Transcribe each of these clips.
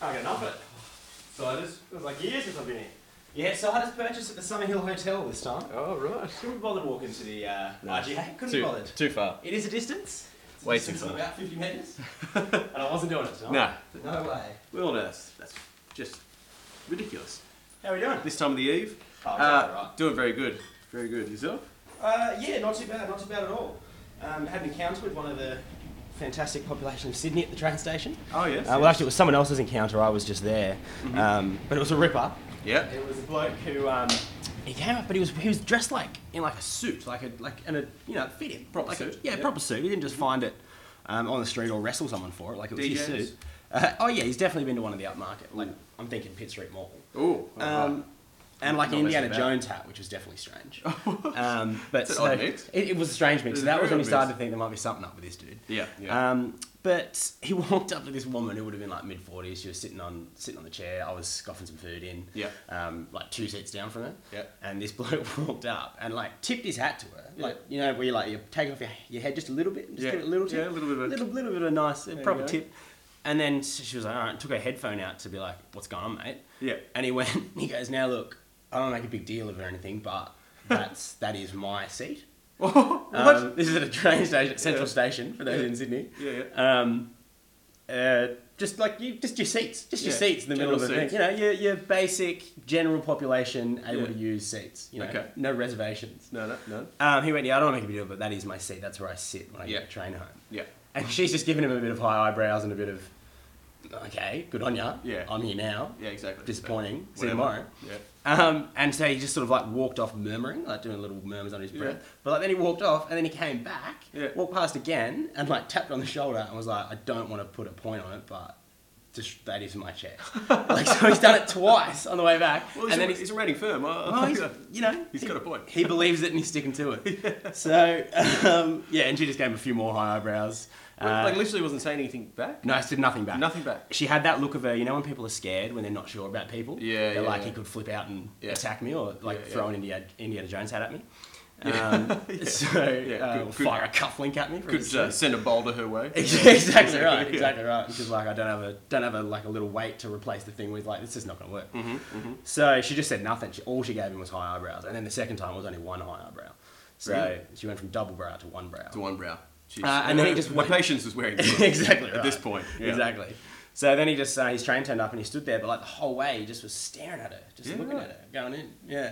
Can't get enough of it. So I just, it was like years since I've been here. Yeah, so I just purchased at the Summer Hill Hotel this time. Oh, right. Couldn't be bothered walking to the uh, Nice. RGA. Couldn't be Too, bothered. too far. It is a distance. It's a Way distance too of far. about 50 metres. and I wasn't doing it tonight. No. No way. Wilderness. That's just ridiculous. How are we doing? This time of the eve. Oh, it's uh, alright. Doing very good. Very good. Yourself? Uh, yeah, not too bad, not too bad at all. Um, had an encounter with one of the fantastic population of Sydney at the train station. Oh, yes. Uh, well, actually, it was someone else's encounter. I was just there, um, but it was a ripper. Yeah. It was a bloke who um, he came up, but he was he was dressed like in like a suit, like a like and a you know it fit him proper Proper like a- suit, yeah, yeah. proper suit. He didn't just find it um, on the street or wrestle someone for it. Like it was his DJs? suit. Uh, oh yeah, he's definitely been to one of the upmarket. Like I'm thinking Pitt Street Mall. Oh, Um, and like an Not messing Indiana about. Jones hat, which was definitely strange. um, but It's an so- odd mix. It, it was a strange mix. It's So that very was when we odd started mix. to think there might be something up with this dude. Yeah, yeah. Um, but he walked up to this woman who would have been like mid forties. She was sitting on sitting on the chair. I was scoffing some food in. Yeah. Um, like two seats down from her. Yeah. And this bloke walked up and like tipped his hat to her. Like you know where you like you take off your, your head just a little bit, and just Yeah. give it a little tip. Yeah, a little bit of a- little, little bit of a nice a you proper go. tip. And then she was like, all right, took her headphone out to be like, what's going on, mate? Yeah. And he went, he goes, now look, I don't make a big deal of it or anything, but that's that is my seat. what? Um, this is at a train station, Central Yeah. Station, for those Yeah. in Sydney. Yeah, Um, uh, just like you, just your seats, just your Yeah, seats in the middle of the general thing. You know, your, your basic general population able Yeah. to use seats. You know, Okay. no reservations. no, no, no. Um, he went, yeah, I don't make a big deal, but that is my seat. That's where I sit when I Yeah. get the train home. Yeah. And she's just giving him a bit of high eyebrows and a bit of, okay, good on ya. Yeah. I'm here now. Yeah, exactly. Disappointing. See you Whatever. tomorrow. Yeah. Um, and so he just sort of like walked off murmuring, like doing little murmurs under his breath. Yeah. But like then he walked off and then he came back, Yeah. walked past again and like tapped on the shoulder and was like, I don't want to put a point on it, but just that is my chair. like so he's done it twice on the way back. Well, he's, and a, then he's, a rating firm. I, I well, he's, yeah. you know, He's he, got a point. He believes it and he's sticking to it. So um, yeah, and she just gave him a few more high eyebrows. Uh, like, literally wasn't saying anything back. no, she did nothing back. Nothing back. She had that look of her, you know, when people are scared when they're not sure about people. Yeah, they're yeah, like yeah. he could flip out and Yeah. attack me, or like Yeah, yeah. throw an Indiana, Indiana Jones hat at me. Um, So Yeah, uh, good- or good- fire a cufflink at me. from Could the uh, street. send a boulder her way. exactly right. Yeah. Exactly right. Because like I don't have a don't have a like a little weight to replace the thing with. Like this is not going to work. Mm-hmm, So she just said nothing. She, all she gave him was high eyebrows, and then the second time was only one high eyebrow. So Really? she went from double brow to one brow. To one brow. Jeez. Uh, and then he just my went- patience was wearing thin exactly. at this right. point. Yeah. Exactly. So then he just uh, his train turned up and he stood there, but like the whole way he just was staring at her, just Yeah, looking right. at her, going in. Yeah.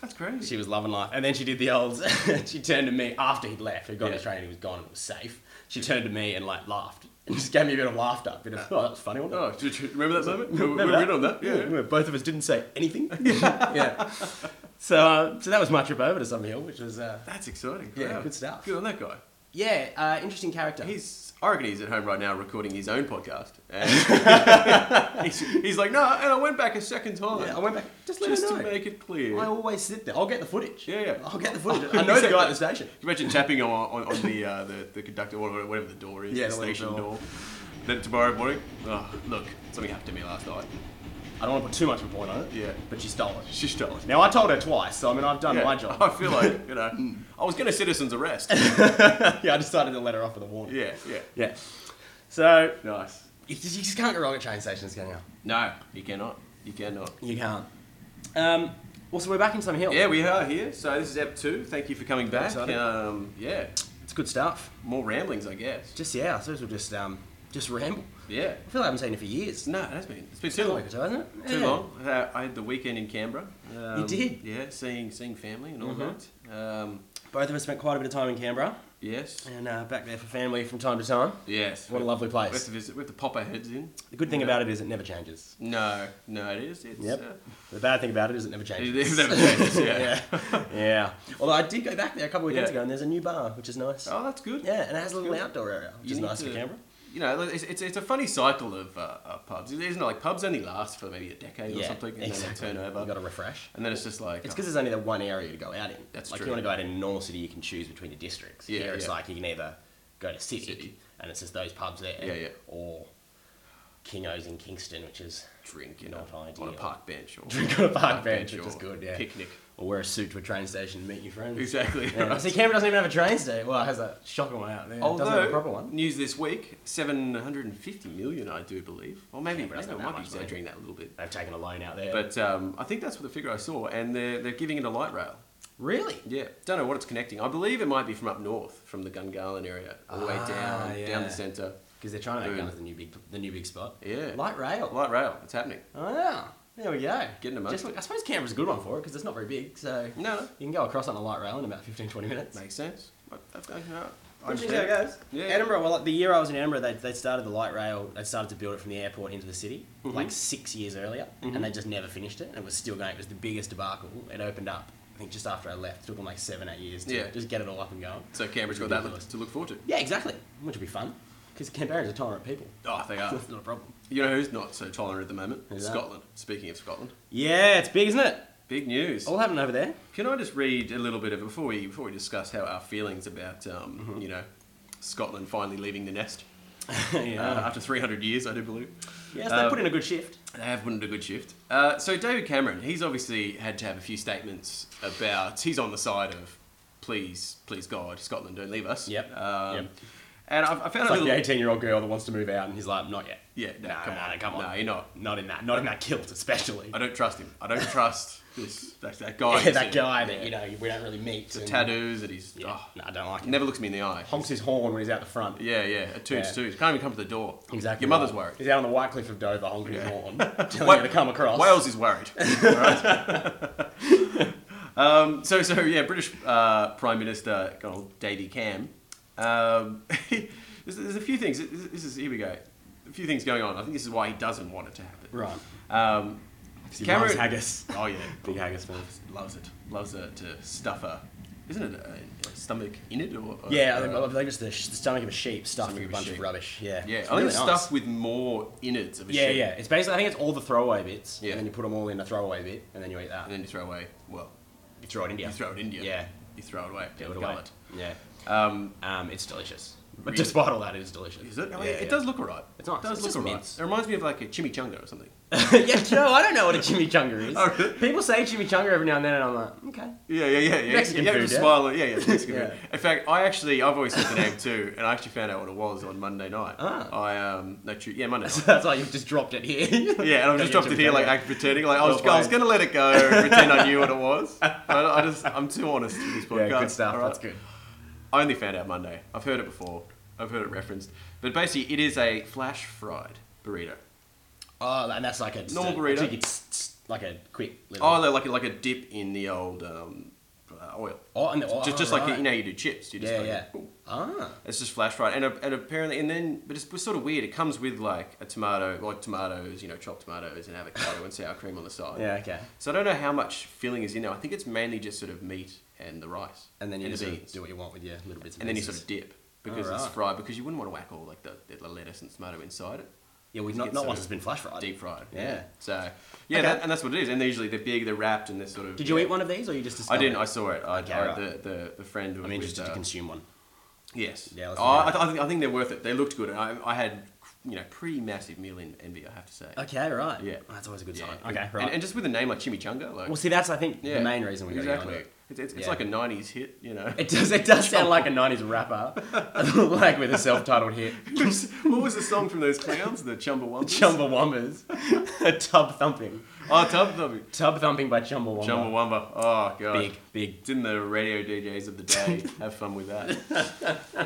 That's crazy. She was loving life, and then she did the old. she turned to me after he'd left. He got on Yeah. his train, and he was gone, and it was safe. She turned to me and like laughed, and just gave me a bit of laughter, a bit of oh, that was funny. Wasn't it? Oh, do you remember that moment? we Remember were in on that. Yeah. Yeah, both of us didn't say anything. yeah. So, uh, so that was my trip over to Summer Hill, which was uh, That's exciting. Yeah, Wow. good stuff. Good on that guy. yeah, uh, interesting character. He's, I reckon he's at home right now recording his own podcast. And he's, he's like, no, and I went back a second time. yeah, I went back just let just her to know. make it clear. I always sit there. I'll get the footage. Yeah, yeah. I'll get the footage. I know the guy at the station. Can you imagine tapping on, on, on the, uh, the the conductor or whatever the door is, Yeah, the the little station door. door. Then tomorrow morning, oh, look, something happened to me last night. I don't want to put too much of a point on it. Yeah. But she stole it. She stole it. Now I told her twice, so I mean I've done Yeah, my job. Hmm. I feel like you know, I was going to citizen's arrest. yeah, I decided to let her off with a warning. yeah, yeah, Yeah. So nice. you just, you just can't go wrong at train stations, can you? No, you cannot. You cannot. You can't. Um, well, so we're back in Summer Hill. Yeah, we are here. So this is ep two. Thank you for coming back. Excited. Um, yeah, It's good stuff. more ramblings, I guess. Just yeah, I suppose we'll just um, just ramble. Yeah. I feel like I haven't seen it for years. No, it has been. It's been too long. Like, hasn't it? Too Yeah. long. Uh, I had the weekend in Canberra. Um, did? Yeah, seeing seeing family and all Mhm. that. Um, Both of us spent quite a bit of time in Canberra yes. and uh, back there for family from time to time. Yes. What a lovely We have place. to visit. We have to pop our heads in. The good thing Yeah. about it is it never changes. No, no, it is. It's, Yep. uh, The bad thing about it is it never it changes. is never changes. Yeah. yeah. Yeah. Although I did go back there a couple of weekends Yeah. ago, and there's a new bar, which is nice. Oh, that's good. Yeah, and it has a little Good. outdoor area, which You is need nice to- for Canberra. You know, it's, it's, it's a funny cycle of, uh, of pubs. Isn't it? Like pubs only last for maybe a decade or yeah, something, and exactly. then they turn You've over, got to refresh. and then it's just It's like oh, because there's only the one area to go out in. That's like true. you want to go out in a normal city, you can choose between the districts. Yeah, Here it's yeah. like you can either go to city, City. and it's just those pubs there, Yeah, yeah. or Kingo's in Kingston, which is Drink, you know, Not on a ideal. park bench or drink on a Oh, park bench, which is good, yeah. Picnic. Or wear a suit to a train station and meet your friends. Exactly. Yeah. right. See, Canberra doesn't even have a train station. Well, it has a shocking one out there. It doesn't have a proper Although one. news this week, seven hundred and fifty million, I do believe, or maybe, Yeah, but maybe that's I not that might be much money. exaggerating that a little bit. They've taken a loan out there. But um, I think that's the figure I saw, and they're they're giving it a light rail. really? Yeah, don't know what it's connecting. I believe it might be from up north, from the Gungahlin area, all the way Ah, down, down yeah. the centre. Because they're trying to make Boom. Gunners the new big, the new big spot. Yeah. Light rail. Light rail, it's happening. Oh, yeah. There we go. Getting amongst Just, I suppose Canberra's a good one for it because it's not very big, so you No, no, can go across on a light rail in about 15, 20 minutes. makes sense. I, I, I, I Which is understand. how it goes. Yeah. Edinburgh, well, like, the year I was in Edinburgh, they, they started the light rail, they started to build it from the airport into the city Mm-hmm. like six years earlier, and they just never finished it, and it was still going, it was the biggest debacle. It opened up, I think, just after I left. It took them like seven, eight years to Yeah. just get it all up and going. So Canberra's got that look, to look forward to. Yeah, exactly, which would be fun because Canberrans are tolerant people. Oh, they are. That's not a problem. You know who's not so tolerant at the moment? Who's that? Scotland. Speaking of Scotland, Yeah, it's big, isn't it? big news. All happening over there. Can I just read a little bit of before we before we discuss how our feelings about um, Mm-hmm. you know Scotland finally leaving the nest uh, yeah. after 300 years, I do believe. yes, they uh, put in a good shift. They have put in a good shift. Uh, so David Cameron, he's obviously had to have a few statements about. He's on the side of, please, please God, Scotland, don't leave us. Yep, Um, yep. And I've, I found It's like a little. the 18 year old girl that wants to move out, and he's like, not yet. yeah, no, No, come no, on, no, come on. no, you're not. Not in that, not in that kilt, especially. I don't trust him. I don't trust this that, that guy. Yeah, that's that in- guy yeah. that, you know, we don't really meet. The and- tattoos that he's. Yeah. oh, No, I don't like him. never looks me in the eye. Honks his horn when he's out the front. Yeah, yeah. A toots Yeah. toots. Can't even come to the door. Exactly. Your mother's right. worried. He's out on the White Cliff of Dover honking Yeah. his horn, telling Wa- you to come across. Wales is worried. Alright? um, so, so yeah, British uh, Prime Minister good old Davy Cam. Um, there's, there's a few things. This is here we go. A few things going on. I think this is why he doesn't want it to happen. Right. Um, He Cameron- loves haggis. oh yeah, Big haggis fan. loves it. Loves it to stuff a, isn't it a, a stomach in it or? or- Yeah, I think, or- I think it's the, sh- the Uh, stomach of a sheep stuffed with a Stomach of a bunch sheep. of rubbish. Yeah. yeah. I It's think it's really nice. stuffed with more innards of a Yeah, sheep. yeah. It's basically, I think it's all the throwaway bits, Yeah. and then you put them all in a throwaway bit, and then you eat that. And then you throw away. Well, You throw it in. you throw it in India. Yeah. You throw it away. Get it You away. gull it. Yeah. Um, Um, it's delicious. But Really? despite all that, it is delicious. is it? Yeah, I mean, it yeah. does look alright. It's nice. It does It's look just alright. mince. It reminds me of like a chimichanga or something. yeah, do you know, I don't know what a chimichanga is. Oh, really? People say chimichanga every now and then, and I'm like, okay. Yeah, yeah, yeah, yeah. Mexican you have food, to yeah? smile. at- Yeah, yeah. it's Mexican Yeah. food. In fact, I actually I've always said the name too, and I actually found out what it was on Monday night. Ah. I um no tu- yeah Monday So night. that's why you've just dropped it here. Yeah, and I've Got your just dropped it here, like chimichanga. act pretending, like I was, Well I was played. gonna let it go, and pretend I knew what it was. But I just, I'm too honest with this yeah, podcast. good stuff. alright? That's good. I only found out Monday. I've heard it before. I've heard it referenced, but basically, it is a flash fried burrito. Oh, and that's like a just Normal a- I burrito. think it's s- like a quick. Little, Oh, they're like like a dip in the old um, uh, oil. oh, and the, oh, just just right. like you know you do chips. You just Yeah, like, yeah. boom. Ah, It's just flash fried, and, a- and apparently, and then but it's, it's sort of weird. It comes with like a tomato, like tomatoes, you know, chopped tomatoes and avocado and sour cream on the side. yeah, okay. So I don't know how much filling is in there. I think it's mainly just sort of meat and the rice, And then you and just the sort beans, of do what you want with your little bits. Of and then you sort pieces. of dip because it's Alright. fried. Because you wouldn't want to whack all like the, the lettuce and tomato inside it. yeah, well, you not, get not sort once of it's been flash fried. Deep fried. Yeah. So yeah, Okay. that, and that's what it is. And they're usually they're big, they're wrapped, and they're sort of. Did you yeah. eat one of these, or you just? I Discovered? didn't. I saw it. I, Okay, I- right. the, the the friend. who I'm was interested with, to uh, consume one. Yes. Yeah, let's Oh, do I, that. I, think, I think they're worth it. They looked good. And I, I had, you know, pretty massive meal en- envy, I have to say. Okay, right. Yeah. Oh, that's always a good Yeah. sign. And- Okay, right. And, and just with a name like Chimichanga, like well, see, that's I think yeah, the main reason we got you onto exactly. it. It's, it's, it's Yeah. like a '90s hit, you know. It does. It does sound like a '90s rapper, like with a self-titled hit. what was the song from those clowns? The Chumbawamba. Chumbawambas, tub thumping, oh, Tub Thumb. tub thumping by Chumbawamba. Chumbawamba. Oh god. Big, big. Didn't the radio DJs of the day have fun with that?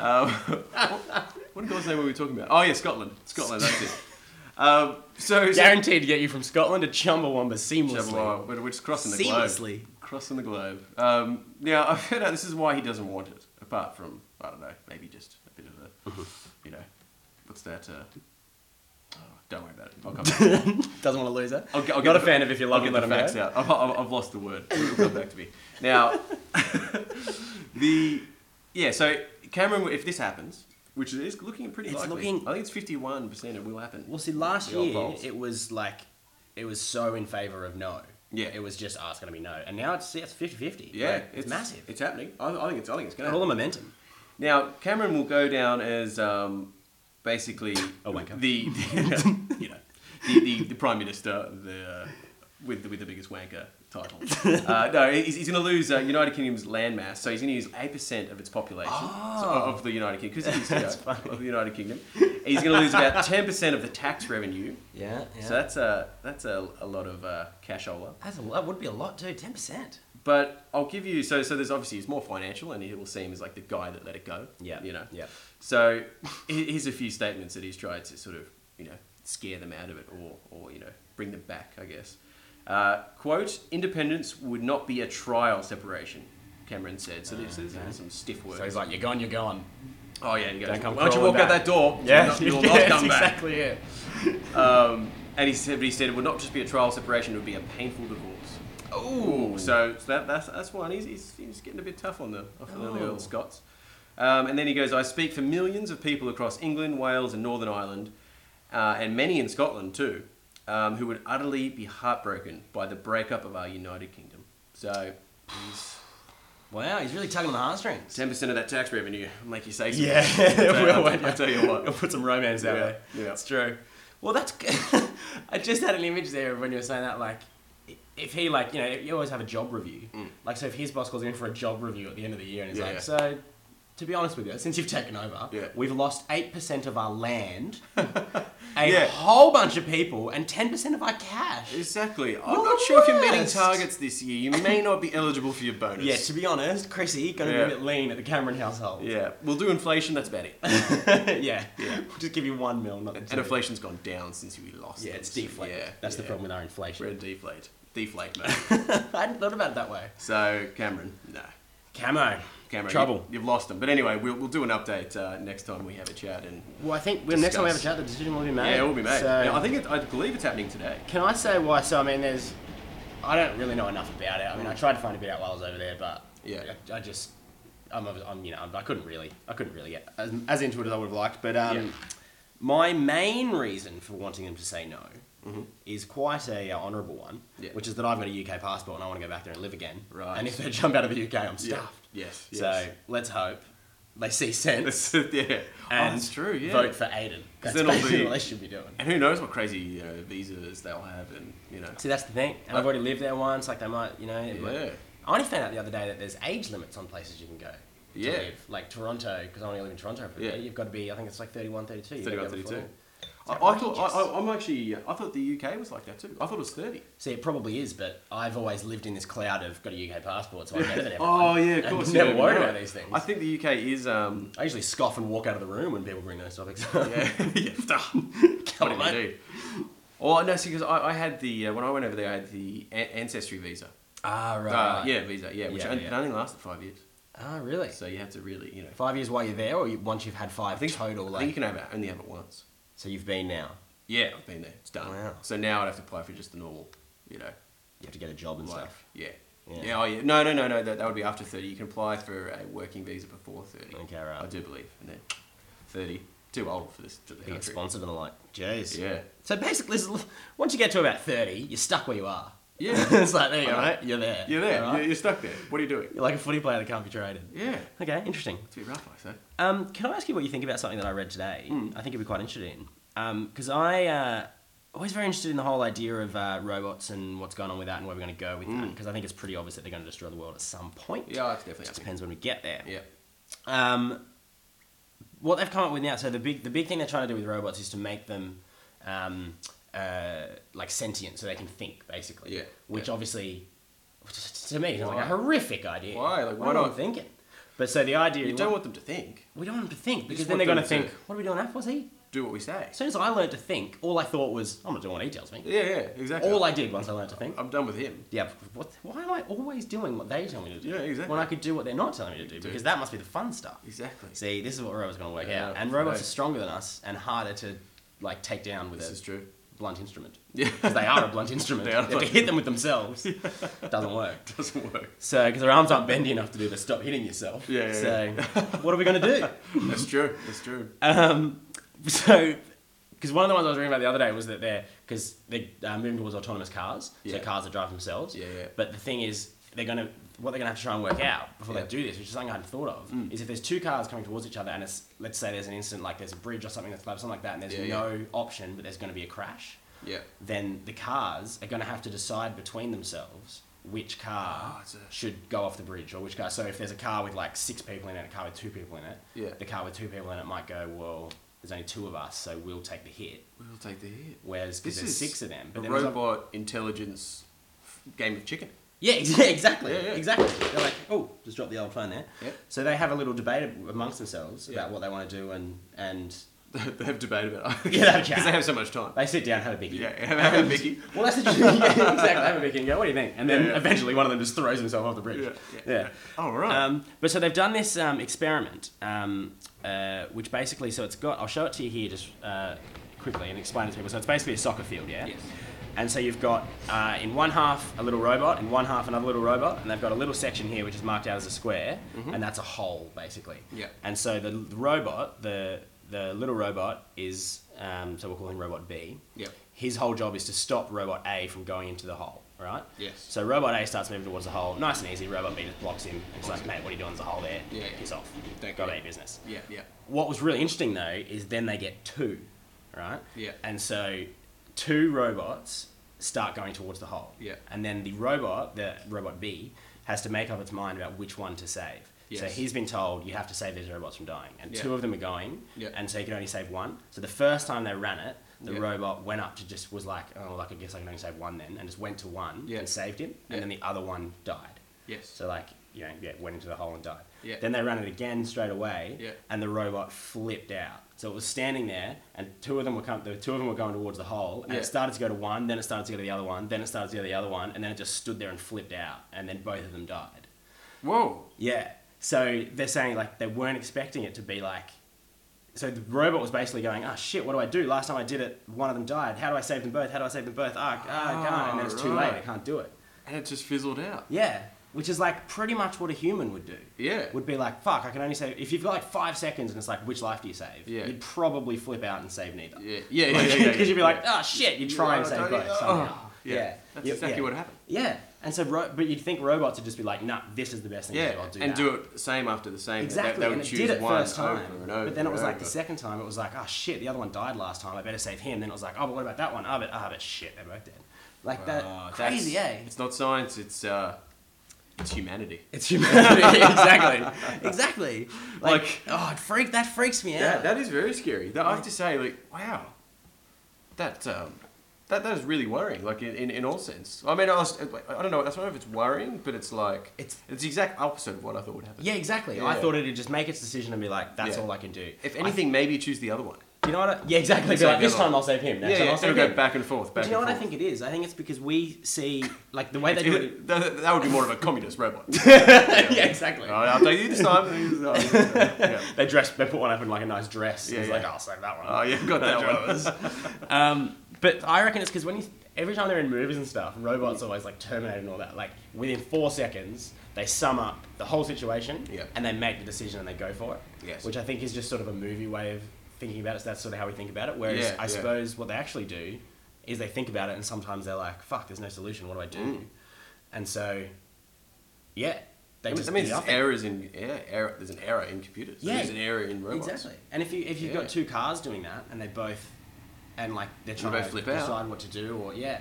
um, what, what in God's name were we talking about? Oh yeah, Scotland. Scotland. That's it. Um, so, so Guaranteed to get you from Scotland to Chumbawamba seamlessly. Jabba, we're, we're just crossing the Seamlessly. globe. Crossing the globe. Um, now, I found out this is why he doesn't want it, apart from, I don't know, maybe just a bit Mm-hmm. of a, you know, what's that? Uh, oh, don't worry about it. I'll come back. Doesn't want to lose her. I'll, get- I'll Not get a fan of if you love I'll him, get let the him facts know. out. I've, I've, I've lost the word. It'll come back to me. Now, the, yeah, so Cameron, if this happens, which it is looking pretty It's likely, looking- I think it's 51% it will happen. Well, see, last The old year polls. it was like, it was so in favour of no. Yeah. It was just, oh, it's going to be no. And now it's, see, it's 50-50. yeah, Like, it's, massive. It's It's happening. I, I think it's. I think it's going to got all the momentum. Now, Cameron will go down as um, basically A wanker. the, the- you know the, the, the prime minister the uh, with the, with the biggest wanker title. Uh, no, he's, he's going to lose uh, United Kingdom's landmass, so he's going to use eight percent of its population Oh. so- of the United Kingdom because you know, of the United Kingdom. He's going to lose about ten percent of the tax revenue. Yeah, yeah. So that's a that's a, a lot of uh, cashola. That's a lot. Would be a lot too. Ten percent. But I'll give you so so. There's obviously he's more financial, and he will seem as like the guy that let it go. Yeah, you know. yeah. So he- here's a few statements that he's tried to sort of you know scare them out of it, or or you know bring them back. I guess. Uh, quote: Independence would not be a trial separation. Cameron said. So there's, there's there's some stiff words. So he's like, you're gone, you're gone. oh yeah, and he goes, "Don't come why don't you crawling walk out back." that door? Yeah, you'll not, you'll not yes, come back. exactly it. Um, and he said, but he said it would not just be a trial separation; it would be a painful divorce. Oh, Mm. so, so that, that's that's one. He's, he's, he's getting a bit tough on the on the Oh. old Scots. Um, and then he goes, I speak for millions of people across England, Wales, and Northern Ireland, uh, and many in Scotland too, um, who would utterly be heartbroken by the breakup of our United Kingdom. So. he's Wow, he's really tugging on the heartstrings. 10% of that tax revenue will make you say something. Yeah, I'll tell you- well, I'll, I'll tell you what. put some romance Yeah, yeah. It's true. Well, that's. g- I just had an image there of when you were saying that, like, i- if he like, you know, you always have a job review. Like, so if his boss calls him in for a job review at the end of the year, and he's Mm. Yeah, like, yeah. so. To be honest with you, since you've taken over, Yeah. we've lost eight percent of our land, a Yeah. whole bunch of people, and ten percent of our cash. Exactly. I'm You're not the sure if you're meeting worst. targets this year. You may not be eligible for your bonus. Yeah, to be honest, Chrissy gonna Yeah. be a bit lean at the Cameron household. Yeah, we'll do inflation. That's about it. yeah. We'll just give you one mil, not the And two. inflation's gone down since we lost. Yeah, them, it's so deflate. Yeah, That's the yeah. problem with our We're inflation. in deflate. Deflate, mate. I hadn't thought about it that way. so Cameron, no, Camo. Cameron, Trouble. You, have lost them. But anyway, we'll, we'll do an update uh, next time we have a chat. And Well, I think when next time we have a Discuss. chat, the decision will be made. yeah, it will be made. So, Yeah, I think it, I believe it's happening today. Can I say why? So I mean, there's. I don't really know enough about it. I mean, I tried to find a bit out while I was over there, but Yeah. I, I just, I'm, obvi- I'm, you know, I couldn't really, I couldn't really get as, as into it as I would have liked. But um, Yeah. my main reason for wanting them to say no is quite a uh, honourable one, Mm-hmm. Yeah. which is that I've got a UK passport and I want to go back there and live again. Right. And if they jump out of the UK, I'm stuffed. Yes. So let's hope they see sense yes. yeah. Oh, and that's true. Yeah. vote for Aiden. That's then I'll basically be- what they should be doing. And who knows what crazy you know, visas they'll have, and you know. See, that's the thing. And I've already lived there once. Like, they might, you know. it might- Yeah. I only found out the other day that there's age limits on places you can go. to Yeah. live. Like Toronto, because I only live in Toronto for a Yeah. bit. You've got to be, I think it's like 31, 32. You've got to 31, go before 32. then. I, I thought I, I, I'm actually. I thought the UK was like that too. I thought it was thirty. See, it probably is, but I've always lived in this cloud of got a UK passport, so I'm better than everyone. Oh yeah, of And course. never yeah, worry no. about these things. I think the UK is. Um, I usually scoff and walk out of the room when people bring those topics up. yeah, yeah. Come Come on, mate. Oh no, see, because I, I had the uh, when I went over there, I had the an- ancestry visa. Ah, right. Uh, right. yeah, visa. Yeah, which Yeah, only, yeah. it only lasted five years. Ah, really? So you have to really, you know. Five years while you're there, or you, once you've had five I think total? I think you Like, can have it, only have it once. so you've been now. Yeah, I've been there. It's done. Wow. So now I'd have to apply for just the normal, you know, You have to get a job and life. stuff. Yeah. Yeah. yeah. Oh yeah. No, no, no, no. That, that would be after thirty. You can apply for a working visa before thirty. Okay, right. I do believe, and then thirty. Too old for this. To the They get country. sponsored and the like. Jeez. Yeah. So basically, this is- once you get to about 30, you're stuck where you are. Yeah. it's like, there you go, Alright. right? You're there. You're there. Alright? You're, you're stuck there. What are you doing? You're like a footy player that can't be traded. Yeah. Okay, interesting. It's a bit rough, I say. Um, can I ask you what you think about something that I read today? Hmm. I think you'd be quite interested in. Because I uh, always very interested in the whole idea of uh, robots and what's going on with that and where we're going to go with that. Because I think it's pretty obvious that they're going to destroy the world at some point. Hmm. Yeah, it's It definitely just happening. depends when we get there. Yeah. Um, what they've come up with now, so the big the big thing they're trying to do with robots is to make them um, uh, like sentient, so they can think basically. Yeah, Which yeah. obviously, to me, sounds like Why? a horrific idea. Why? Like, why am I not? thinking? But so the idea You don't want them to think. we don't want them to think because just then want they're going to them think, to- what are we doing that for? See, Do what we say. as soon as I learned to think, all I thought was, I'm not doing what he tells me. Yeah, yeah, exactly. All I did once I learned to think. I'm done with him. Yeah, what, why am I always doing what they tell me to do? Yeah, exactly. When I could do what they're not telling me to do, Do. because that must be the fun stuff. Exactly. See, this is what robots are going to work Yeah, out, and robots right. are stronger than us and harder to like take down with This a is true. blunt instrument. Yeah. because they are a blunt instrument. They are a if you blunt hit them with themselves, doesn't work. Doesn't work. So, because their arms aren't bendy enough to do the stop hitting yourself. Yeah, yeah, so, what are we going to do? That's true. That's true. Um, so, because one of the ones I was reading about the other day was that they're because they're uh, moving towards autonomous cars, Yeah. so cars that drive themselves. Yeah, yeah. But the thing is, they're going to what they're going to have to try and work out before Yeah. Mm. they do this, which is something I hadn't thought of, is if there's two cars coming towards each other and it's let's say there's an incident like there's a bridge or something that's collapsed, something like that, and there's Yeah, no option, but there's going to be a crash. Yeah. Then the cars are going to have to decide between themselves which Ah, car it's a- should go off the bridge or which car. So if there's a car with like six people in it, and a car with two people in it, Yeah. the car with two people in it might go, well, there's only two of us, so we'll take the hit. We'll take the hit. Whereas because This there's is six of them, a but then there's a- robot intelligence f- game of chicken. Yeah, ex- yeah, exactly. Yeah, yeah. Exactly. They're like, oh, just drop the old phone there. Yeah. So they have a little debate amongst themselves Yeah. about what they want to do, and and they have debate about it. Yeah, because okay. they have so much time. they sit down, have a bicky. Yeah, have a Mickey. Well, that's the truth. yeah, exactly. Have a bicky and go, what do you think? And then Yeah, yeah. eventually one of them just throws himself off the bridge. Yeah, yeah, All Oh, right. Um, but so they've done this um, experiment, um, uh, which basically, so it's got, I'll show it to you here just uh, quickly and explain it to people. So it's basically a soccer field, yeah? Yes. And so you've got uh, in one half a little robot, in one half another little robot, and they've got a little section here which is marked out as a square, and that's a hole basically. Mm-hmm. Yeah. And so the, the robot, the the little robot is, um, so we'll call him Robot B. Yep. His whole job is to stop Robot A from going into the hole, right? Yes. So Robot A starts moving towards the hole, nice and easy. Robot B just blocks him. and It's like, Awesome. mate, what are you doing? There's a hole there. Yeah, yeah. Piss off. Thank Go you. about your business. yeah, yeah. What was really interesting though is then they get two, right? Yeah. And so two robots start going towards the hole. Yeah. And then the robot, the robot B, has to make up its mind about which one to save. So Yes. he's been told you have to save these robots from dying, and Yeah. two of them are going, Yeah. and so you can only save one. So the first time they ran it, the Yeah. robot went up to just was like, oh, like I guess I can only save one then, and just went to one Yeah. and saved him, Yeah. and then the other one died. Yes. So like, you know, yeah, went into the hole and died. Yeah. Then they ran it again straight away, Yeah. and the robot flipped out. So it was standing there, and two of them were com- the two of them were going towards the hole, and Yeah. it started to go to one, then it started to go to the other one, then it started to go to the other one, and then it just stood there and flipped out, and then both of them died. Whoa. Yeah. So they're saying like they weren't expecting it to be like. So the robot was basically going, ah, shit, what do I do? Last time I did it, one of them died. How do I save them both? How do I save them both? Ah, ah, I can't. And then it's too Alright. late. I can't do it. And it just fizzled out. Yeah, which is like pretty much what a human would do. Yeah. Would be like, fuck, I can only save. If you've got like five seconds and it's like, which life do you save? Yeah. You'd probably flip out and save neither. Yeah, yeah, yeah. yeah, Because yeah, yeah. you'd be like, oh shit, you Yeah, try and I save don't both know. somehow. Yeah. That's exactly what happened. Yeah, and so, ro- but you'd think robots would just be like, nah, this is the best thing to do, Yeah, I'll do and that. do it same after the same. They- Exactly, They would and it choose did it one first time. over and over but then it and was like the over. second time, it was like, oh shit, the other one died last time, I better save him. Then it was like, oh, but what about that one? Ah, but, ah, but shit, they're both dead. Like Ah, that, that's- crazy, eh? It's not science. It's uh, it's humanity. It's humanity, exactly, exactly. Like, Like- oh, it freak that freaks me Yeah, out. that is very scary. That, I have to say, like, wow, that um, that that is really worrying. Like in, in, in all sense. I mean, I, was, I don't know. That's not if it's worrying, but it's like It's- it's the exact opposite of what I thought would happen. yeah, exactly. I Yeah. thought it'd just make its decision and be like, that's Yeah. all I can do. If I- anything, maybe choose the other one. do you know what? I, yeah, exactly. Be Save like, the this other time one. I'll save him. Next yeah, time yeah. I'll It'll save go him. back and forth. But Back do you know and what I forth. think it is? I think it's because we see like the way they It's do either- it. that, that would be more of a communist robot. yeah, exactly. All right, Oh, I'll take you this time. yeah. They dress. They put one up in like a nice dress. Yeah, and it's yeah. like, I'll save that one. Oh yeah, got that one. um, but I reckon it's because when you, every time they're in movies and stuff, robots always like terminate and all that. Like within four seconds, they sum up the whole situation Yeah. and they make the decision and they go for it. Yes. Which I think is just sort of a movie way of thinking about it. So that's sort of how we think about it. Whereas Yeah, I yeah. suppose what they actually do is they think about it and sometimes they're like, "Fuck, there's no solution. What do I do?" Mm. And so, yeah, they I mean, just that means do there's nothing. errors in yeah, error, there's an error in computers. Yeah. There's an error in robots. Exactly. And if you if you've Yeah. got two cars doing that and they both and like they're trying both to flip out. decide what to do or yeah.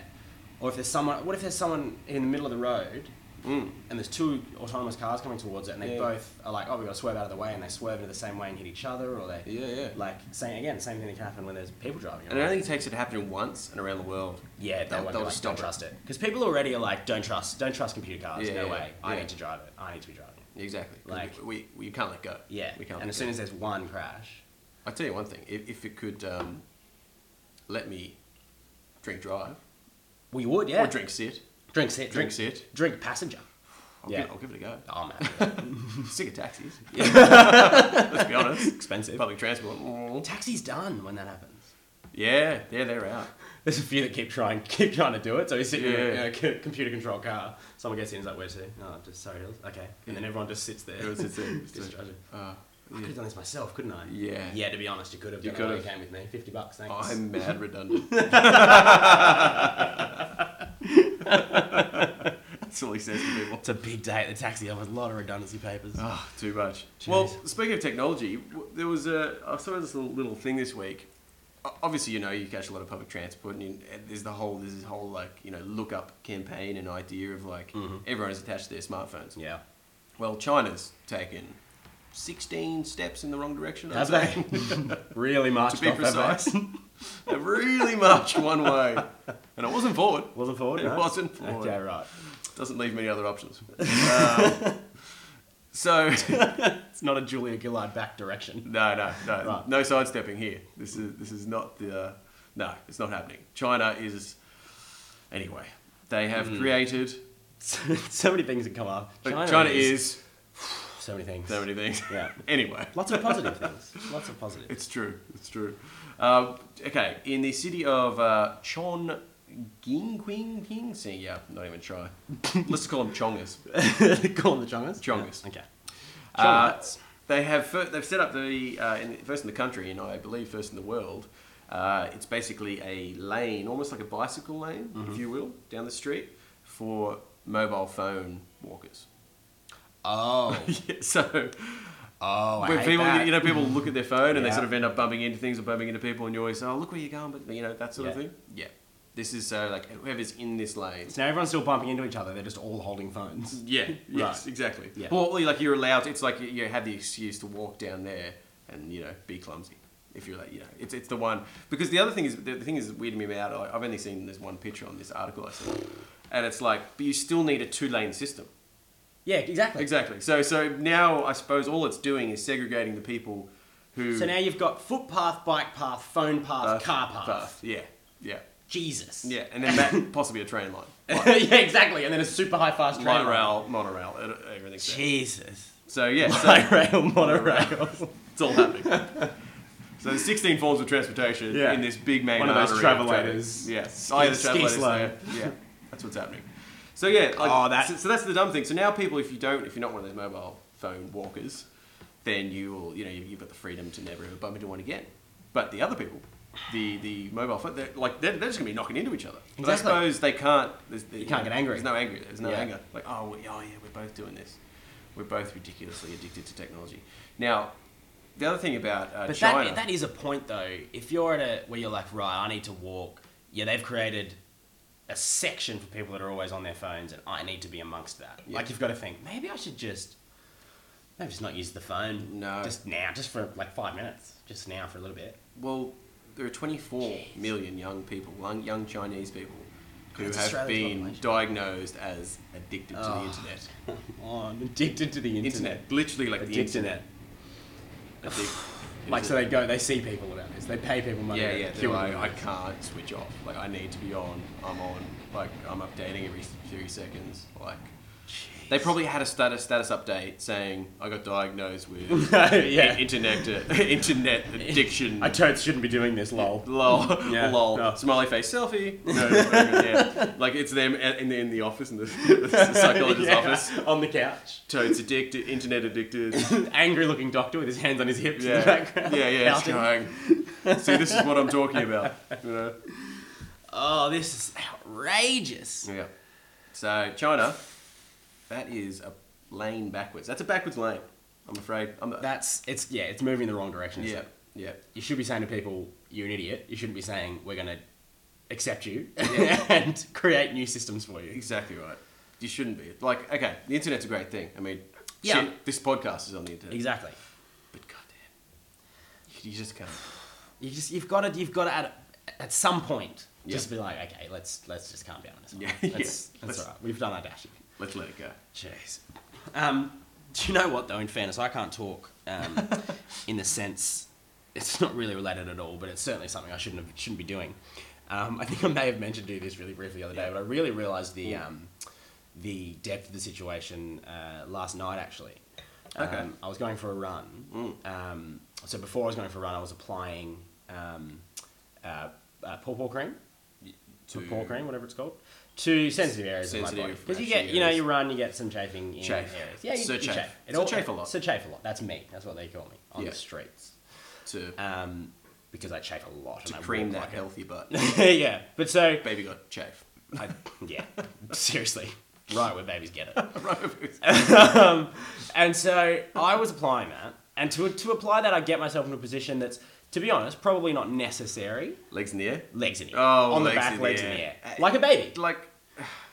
Or if there's someone what if there's someone in the middle of the road Mm. and there's two autonomous cars coming towards it and they Yeah. both are like, Oh, we gotta swerve out of the way and they swerve into the same way and hit each other or they Yeah, yeah. like same again, same thing that can happen when there's people driving and I around. think it takes it happening once and around the world. yeah, they they'll- won't be they'll like, just don't stop it." trust it. Because people already are like, don't trust, don't trust computer cars. Yeah, no yeah, way. I yeah. need to drive it. I need to be driving. Exactly. Like- we, we, we can't let go. Yeah. we can't. and let as go. soon as there's one crash, I tell you one thing, if, if it could um, let me drink drive we would, yeah. or drink sit, Drink sit. drink sit, Drink passenger. I'll, Yeah. give, I'll give it a go. Oh man, Sick of taxis. Let's be honest. expensive. Public transport. mm. Taxi's done when that happens. Yeah, yeah, they're out. There's a few that keep trying, keep trying to do it. So he's sitting in Yeah. a, c- computer controlled car. Someone gets in, he's like, "Where to?" No, I'm just sorry, Hills. Okay, and then everyone just sits there. Everyone sits there, just Just doing- judging. Uh, I could have done this myself, couldn't I? Yeah. Yeah. To be honest, you could have. You You could have could've. came with me. Fifty bucks, thanks. I'm mad redundant. That's all he says to people. It's a big day at the taxi. I've a lot of redundancy papers. Oh, too much. Ah, Jeez. Well, speaking of technology, w- there was a I saw this little, little thing this week. O- Obviously, you know you catch a lot of public transport, and, you, and there's the whole there's this whole like you know look up campaign and idea of like Mhm. everyone is attached to their smartphones. Yeah. Well, China's taken 16 steps in the wrong direction. I'd Have say. they? really marched to be off, have they? precise, they really marched one way, and it wasn't forward. Wasn't forward? It no? wasn't forward. Okay, right. Doesn't leave many other options. Um, so. It's not a Julia Gillard back direction. No, no, no, Right. no sidestepping here. This is this is not the. Uh, no, it's not happening. China is. Anyway, they have created. so many things that come up. Hmm. China, is So many things. so many things. Yeah. anyway, Lots of positive things. Lots of positive. it's true. It's true. Um, okay, in the city of uh, Chongqing, Qing, Qing, see, yeah, not even try. Let's call them Chongers. Call them the Chongas? Chongas. Yeah. Okay. Uh, Chongats. they have fir- they've set up the uh, in, first in the country and I believe first in the world. Uh, it's basically a lane, almost like a bicycle lane, Mm-hmm. if you will, down the street for mobile phone walkers. oh. Yeah, so Oh, I when hate people, that. you know, people look at their phone and they Yeah. sort of end up bumping into things or bumping into people, and you always say, "Oh, look where you're going," but you know that sort of Yeah. thing. Yeah, this is so like whoever's in this lane. So now everyone's still bumping into each other. They're just all holding phones. Yeah. Yes. Exactly. Yeah. Or like you're allowed. To, it's like you, you have the excuse to walk down there and you know be clumsy if you're like you know it's it's the one because the other thing is the, the thing is weirding me out. Like, I've only seen this one picture on this article I saw, and it's like but you still need a two lane system. Yeah, exactly. Exactly. So so now I suppose all it's doing is segregating the people who So now you've got footpath, bike path, phone path, uh, car path. Yeah. Yeah. Jesus. Yeah. And then that possibly a train line. Like, yeah, exactly. And then a super high fast train. line. Monorail, monorail, it- everything's there. Jesus. So yeah, so, High rail, monorail. It's all happening. so there's 16 forms of transportation Yeah. in this big main One of those artery travel traffic. ladders. Yeah, Ski- either ski travel ladders slope. there. Yeah, that's what's happening. So yeah, like, Oh, that- so, so that's the dumb thing. So now people, if you don't, if you're not one of those mobile phone walkers, then you will, you know, you've, you've got the freedom to never ever bump into one again. But the other people, the the mobile phone, they're, like they're, they're just gonna be knocking into each other. But I Exactly. suppose they can't. There's, the- You can't get angry. There's no anger. There's no Yeah. anger. Like oh, we, oh yeah, we're both doing this. We're both ridiculously addicted to technology. Now, the other thing about uh, But China, that, that is a point though. If you're at a where you're like, right, I need to walk. Yeah, they've created a section for people that are always on their phones, and I need to be amongst that. Yeah. Like you've got to think, maybe I should just maybe just not use the phone. No. just now, just for like five minutes, just now for a little bit. well, there are 24 million young people, young, young Chinese people, who That's have Australia's been population. diagnosed as addicted to the Oh. internet. Oh, I'm addicted to the internet. Internet, literally like the Addicted. internet. Addic- Like is so, it- they go, they see people about this. They pay people money. yeah, to yeah. kill They're like, them. I can't switch off. Like, I need to be on. I'm on. Like, I'm updating every three seconds. Like, they probably had a status status update saying I got diagnosed with yeah. internet uh, internet addiction. I totes shouldn't be doing this, lol. lol, Yeah, lol, no. smiley face selfie. Oh. No, yeah. Like it's them a- in the, in the office in the, the psychologist's Yeah, office. on the couch. Toad's addicted, internet addicted. angry looking doctor with his hands on his hips in the Yeah, background. yeah, yeah. It's pouting. going. See, this is what I'm talking about. You know. Oh, this is outrageous. Yeah. So China, that is a lane backwards. That's a backwards lane. I'm afraid. I'm. That's it's yeah, it's moving in the wrong direction. isn't yeah, it? yeah. You should be saying to people, "You're an idiot." You shouldn't be saying, "We're gonna accept you Yeah. and create new systems for you." Exactly right. You shouldn't be. Like, okay, the internet's a great thing. I mean, Yeah. shit, this podcast is on the internet. Exactly. But goddamn, you, you just can't. You just you've got to you've got to at at some point just Yeah. be like, "Okay, let's let's just calm down on this one. Yeah, Let's, yeah. That's Let's- all right. We've done our dash." Let's let it go. Jeez. Um, do you know what though? In fairness, I can't talk. Um, in the sense, it's not really related at all, but it's certainly something I shouldn't have, shouldn't be doing. Um, I think I may have mentioned to you this really briefly the other day, but I really realised the um, the depth of the situation uh, last night actually. Um, Okay. I was going for a run. Um, so before I was going for a run, I was applying um, uh, uh, paw paw cream to To- paw cream, whatever it's called, to sensitive areas of my body. Sensitive, Because you get, you know, areas. you run, you get some chafing in Chafe. areas. Yeah, you, Sir you chafe. chafe. Sir chafe a lot. Sir chafe a lot. That's me. That's what they call me on Yeah. the streets. To Um, because I chafe a lot. to and I cream that walk healthy butt. like a- yeah, but so Baby got chafe. I, yeah, seriously. right where babies get it. Right. um, and so I was applying that. And to, to apply that, I get myself into a position that's, to be honest, probably not necessary. Legs in the air. Legs in the air. Oh, on the legs back, in the legs in the air. air. Like a baby. Like,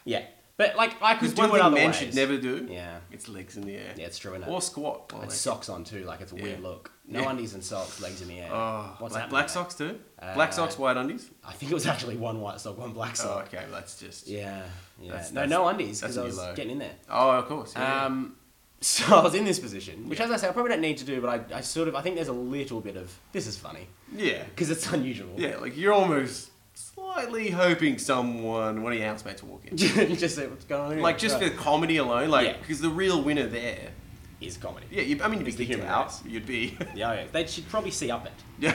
Yeah. But, like, I could there's do one it thing other men ways. should never do. Yeah. It's legs in the air. Yeah, it's true enough. Or squat. while And they- socks on, too. Like, it's a weird Yeah. look. No Yeah. undies and socks, legs in the air. Oh, What's black, happening black there? socks too. black Uh, socks, white undies. I think it was actually one white sock, one black Oh, sock. okay, well, that's just. Yeah. Yeah. That's- no, that's- no undies that's because a I new was low. getting in there. Oh, of course. Yeah. Um, so I was in this position, which, as I say, I probably don't need to do, but I, I sort of, I think there's a little bit of this is funny yeah. because it's unusual. Yeah, like you're almost slightly hoping someone, one of your housemates, will walk in. You just say what's going on. Here? like just for Right. comedy alone, like Yeah. because the real winner there. is comedy. Yeah, you, I mean, you'd It's be the kicked human out. race. You'd be. Yeah, yeah. They should probably see up it. Yeah.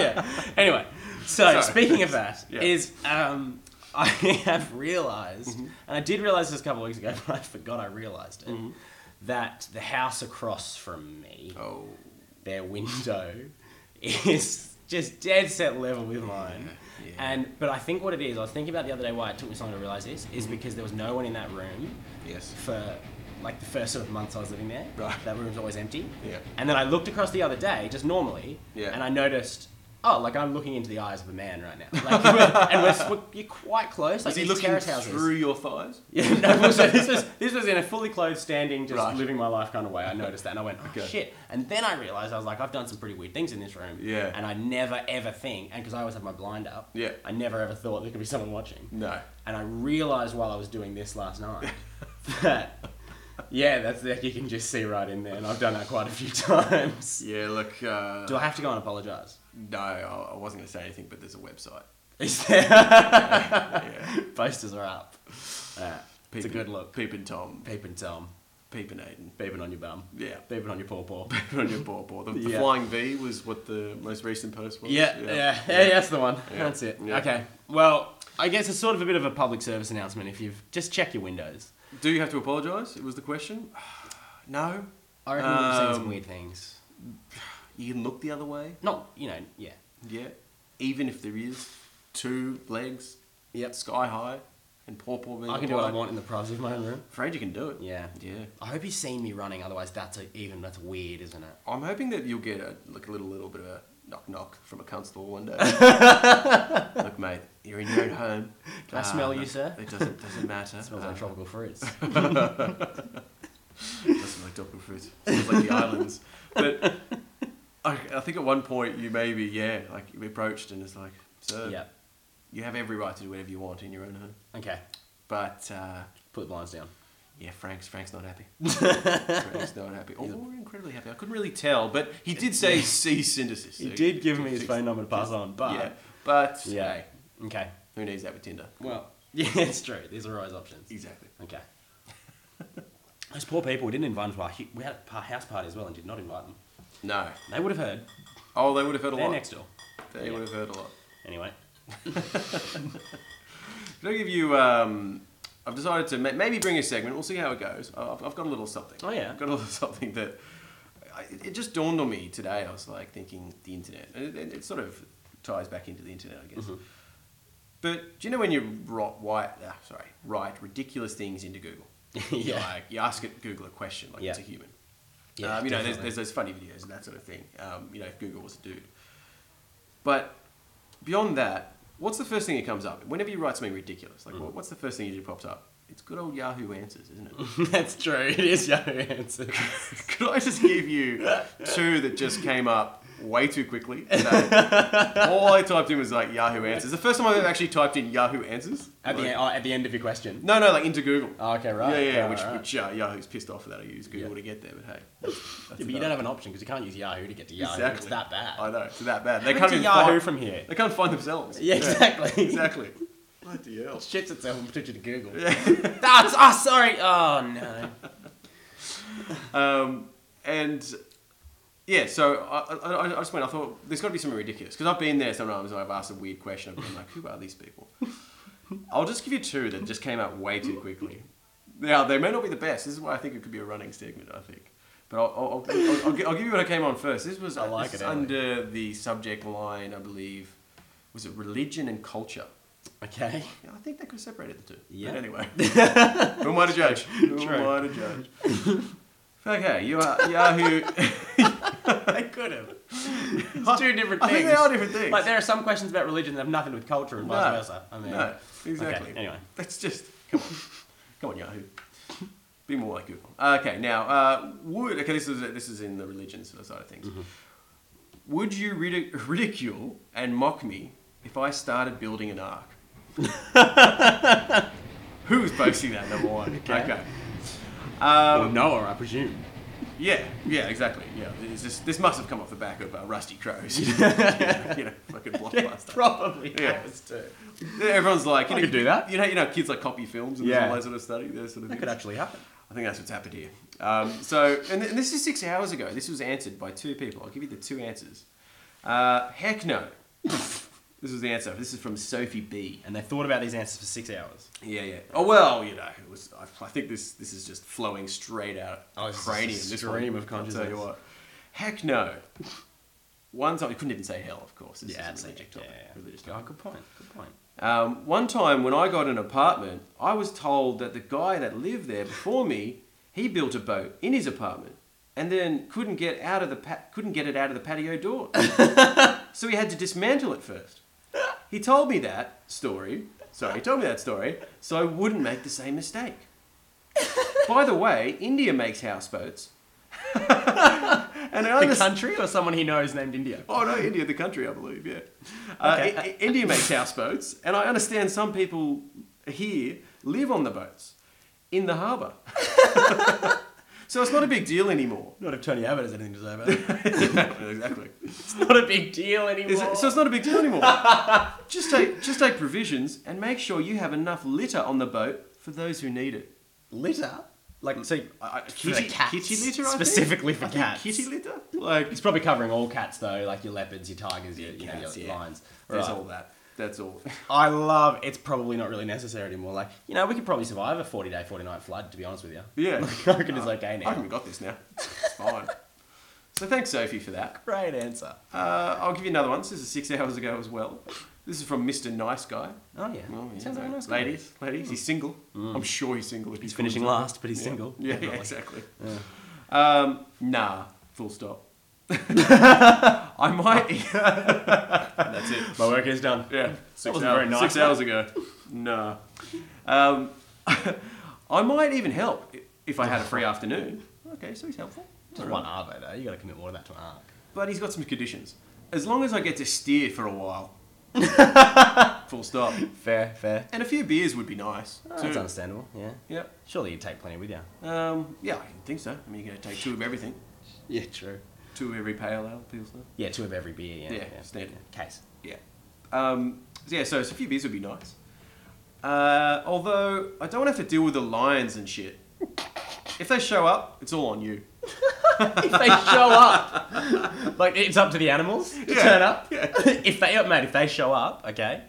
yeah. Anyway, so Sorry. speaking of that, Yeah. is um, I have realized, Mm-hmm. and I did realize this a couple of weeks ago, but I forgot I realized it, that the house across from me, Mm-hmm. oh. their window, is just dead set level with mine. Yeah, yeah. And but I think what it is, I was thinking about the other day why it took me so long to realize this, Mm-hmm. is because there was no one in that room Yes. for like the first sort of months I was living there. Right. That room's always empty. Yeah. And then I looked across the other day, just normally, Yeah. and I noticed, oh, like I'm looking into the eyes of a man right now. Like, we're- and we're, we're, you're quite close. Like Was he these looking terrace houses. through your thighs? Yeah, no, well, so this was this was in a fully clothed, standing, just Right. living my life kind of way. I noticed that, and I went, oh, Okay. shit. And then I realized I was like, I've done some pretty weird things in this room. Yeah. And I never ever think, and because I always have my blind up. Yeah. I never ever thought there could be someone watching. No. And I realized while I was doing this last night that, yeah, that's that you can just see right in there, and I've done that quite a few times. Yeah, look. Uh, Do I have to go and apologize? no, I I wasn't going to say anything, but there's a website. Is there Yeah. posters are up? Uh, it's a Peeping- good look. Peeping Tom. Peeping Tom, Peeping Aiden. peeping on your bum, Yeah. peeping on your paw paw. Peeping on your paw paw. The, the Yeah. flying V was what the most recent post was. Yeah, yeah, yeah, that's the one. Yeah. That's it. Yeah. Okay. Well, I guess it's sort of a bit of a public service announcement if you've just check your windows. Do you have to apologise? It was the question. No. I reckon we've seen some Um, weird things. You can look the other way. Not, you know, yeah. Yeah. Even if there is two legs, Yep. sky high, and paw paw being I can do what I applied, want in the privacy of my own room. Afraid you can do it. Yeah. Yeah. I hope he's seen me running, otherwise that's a, even that's weird, isn't it? I'm hoping that you'll get a like a little little bit of a knock knock from a constable one day. Look, mate, you're in your own home. Um, Can I smell you, sir? It doesn't doesn't matter. It smells Uh, like tropical fruits. doesn't like tropical fruit. It's like the islands. But I, I think at one point you maybe yeah like you approached and it's like sir, yeah. you have every right to do whatever you want in your own home. Okay. But uh, Put the blinds down. yeah, Frank's Frank's not happy. Frank's not happy. Oh, we're incredibly happy. I couldn't really tell, but he did say cease and desist. Uh, He did give me his phone number to pass on, but yeah, but Yeah. hey, Okay. who needs that with Tinder? Well, yeah, it's true. These are always options. Exactly. Okay. Those poor people, we didn't invite them to our hu- we had a pa- house party as well and did not invite them. No. They would have heard. Oh, they would have heard a They're lot. next door. They Yeah. would have heard a lot. Anyway. Can I give you? Um, I've decided to ma- maybe bring a segment. We'll see how it goes. I- I've, I've got a little something. Oh, yeah. I've got a little something that I, it- it just dawned on me today. I was like thinking the internet, and it, it, it sort of ties back into the internet, I Mm-hmm. guess. But do you know when you write, write ah, sorry, write ridiculous things into Google? Yeah. Like you ask it Google a question, like it's a Yeah. human. Yeah, um, you know, there's, definitely. there's those funny videos and that sort of thing. Um, you know, if Google was a dude. But beyond that, what's the first thing that comes up? Whenever you write something ridiculous, Mm. like what what's the first thing that pops up? It's good old Yahoo Answers, isn't it? That's true. It is Yahoo Answers. Could I just give you two that just came up way too quickly? today? All I typed in was like Yahoo Answers. The first time I've ever actually typed in Yahoo Answers. At the, like- end, oh, at the end of your question. No, no, like into Google. Oh, okay, right. Yeah, yeah, right, which, right, right. which uh, Yahoo's pissed off that I use Google Yeah. to get there, but hey. that's- that's Yeah, but you about don't it. have an option because you can't use Yahoo to get to Yahoo. It's that bad. I know, it's that bad. They They can't to even Yahoo find, from here. They can't find themselves. Yeah, exactly. exactly. Bloody hell. Shits itself and puts it to Google. Yeah. That's oh sorry. Oh no. Um, and yeah, so I, I, I just went. I thought there's got to be something ridiculous because I've been there sometimes. and I've asked a weird question. I've been like, "Who are these people?" I'll just give you two that just came out way too quickly. Now they may not be the best. This is why I think it could be a running segment. I think, but I'll, I'll, I'll, I'll, gi- I'll give you what I came on first. This was I like this it, is Ellie. under the subject line, I believe, was it religion and culture? Okay. Yeah, I think they could have separated the two. Yeah. But anyway, who am I to judge? Who am I to judge? Okay, you are Yahoo. they could have. It's two different I things. think they are different things. Like there are some questions about religion that have nothing with culture and vice No. versa. I mean, um, no, exactly. Okay, anyway. that's just come on, come on, Yahoo. Be more like Google. Okay, now uh, would okay this is this is in the religion sort of side of things. Mm-hmm. Would you ridic- ridicule and mock me if I started building an ark? Who's posting that? Number one. Okay. Okay. Um, Or Noah, I presume. yeah, yeah, exactly. Yeah, it's just, this must have come off the back of uh, Rusty Crows. you know, you know, fucking blockbuster. Probably. Yeah. has to. Everyone's like, you I know, could do that. You know, you know, kids like copy films and Yeah. all that sort of study. That sort of That thing. could actually happen. I think that's what's happened here. Um, so, and, th- and this is six hours ago. This was answered by two people. I'll give you the two answers. Uh, heck no. this was the answer. This is from Sophie B. And they thought about these answers for six hours. Yeah, yeah. Oh well, you know, it was. I, I think this this is just flowing straight out Oh, of this is cranium. just This stream one, of I'll tell consciousness. you what. Heck no. One time, you couldn't even say hell, of course. This yeah, is it's a like, religious yeah, topic. yeah. Religious Oh, topic. good point. Good point. Um, one time when I got an apartment, I was told that the guy that lived there before me, he built a boat in his apartment, and then couldn't get out of the pa- couldn't get it out of the patio door, so he had to dismantle it first. He told me that story. Sorry, he told me that story, so I wouldn't make the same mistake. By the way, India makes houseboats, and I the understand. country or someone he knows named India? Oh no, India, the country, I believe. Yeah, uh, Okay. I- I- India makes houseboats, and I understand some people here live on the boats in the harbour. so it's not a big deal anymore. Not if Tony Abbott has anything to say about it. exactly. it's not a big deal anymore. Is it- so it's not a big deal anymore. just take just take provisions and make sure you have enough litter on the boat for those who need it. litter? Like, so uh, I- I- for the kitty, cats. kitty litter, I think? specifically for I think cats. kitty litter, like It's probably covering all cats though, like your leopards, your tigers, your, you know, cats, your yeah. lions. There's Right. all that. That's all. I love. It's probably not really necessary anymore. Like you know, we could probably survive a forty day, forty night flood. To be honest with you, Yeah. I reckon it's okay I now. haven't got this now. It's fine. so thanks, Sophie, for that. Great answer. Uh, I'll give you another one. This is six hours ago as well. This is from Mr. Nice Guy. Oh yeah, Oh, yeah. sounds like a nice guy. ladies, ladies. He's single. I'm sure he's single. If He's he finishing calls last, but he's it. single. Yeah, yeah Definitely. exactly. Um, nah, full stop. I might. That's it. My work is done. Yeah, six, wasn't hour- very nice, six mate. hours ago. Nah. Um, I might even help i- if I had a free afternoon. Okay, so he's helpful. Just All one right. arvo though. You got to commit more of that to an arc. But he's got some conditions. As long as I get to steer for a while. Full stop. Fair, fair. And a few beers would be nice. That's too. understandable. Yeah. Yep. Surely you take plenty with you. Um, yeah, I think so. I mean, you're going to take two of everything. Yeah, true. Two of every pale ale, Pilsner. Yeah, two of every beer. Yeah, Yeah, standard. Case. Yeah. Um, so yeah, so, so a few beers would be nice. Uh, although, I don't have to deal with the lions and shit. If they show up, it's all on you. if they show up, like it's up to the animals to Yeah, turn up. yeah. if they, oh, mate, if they show up, okay,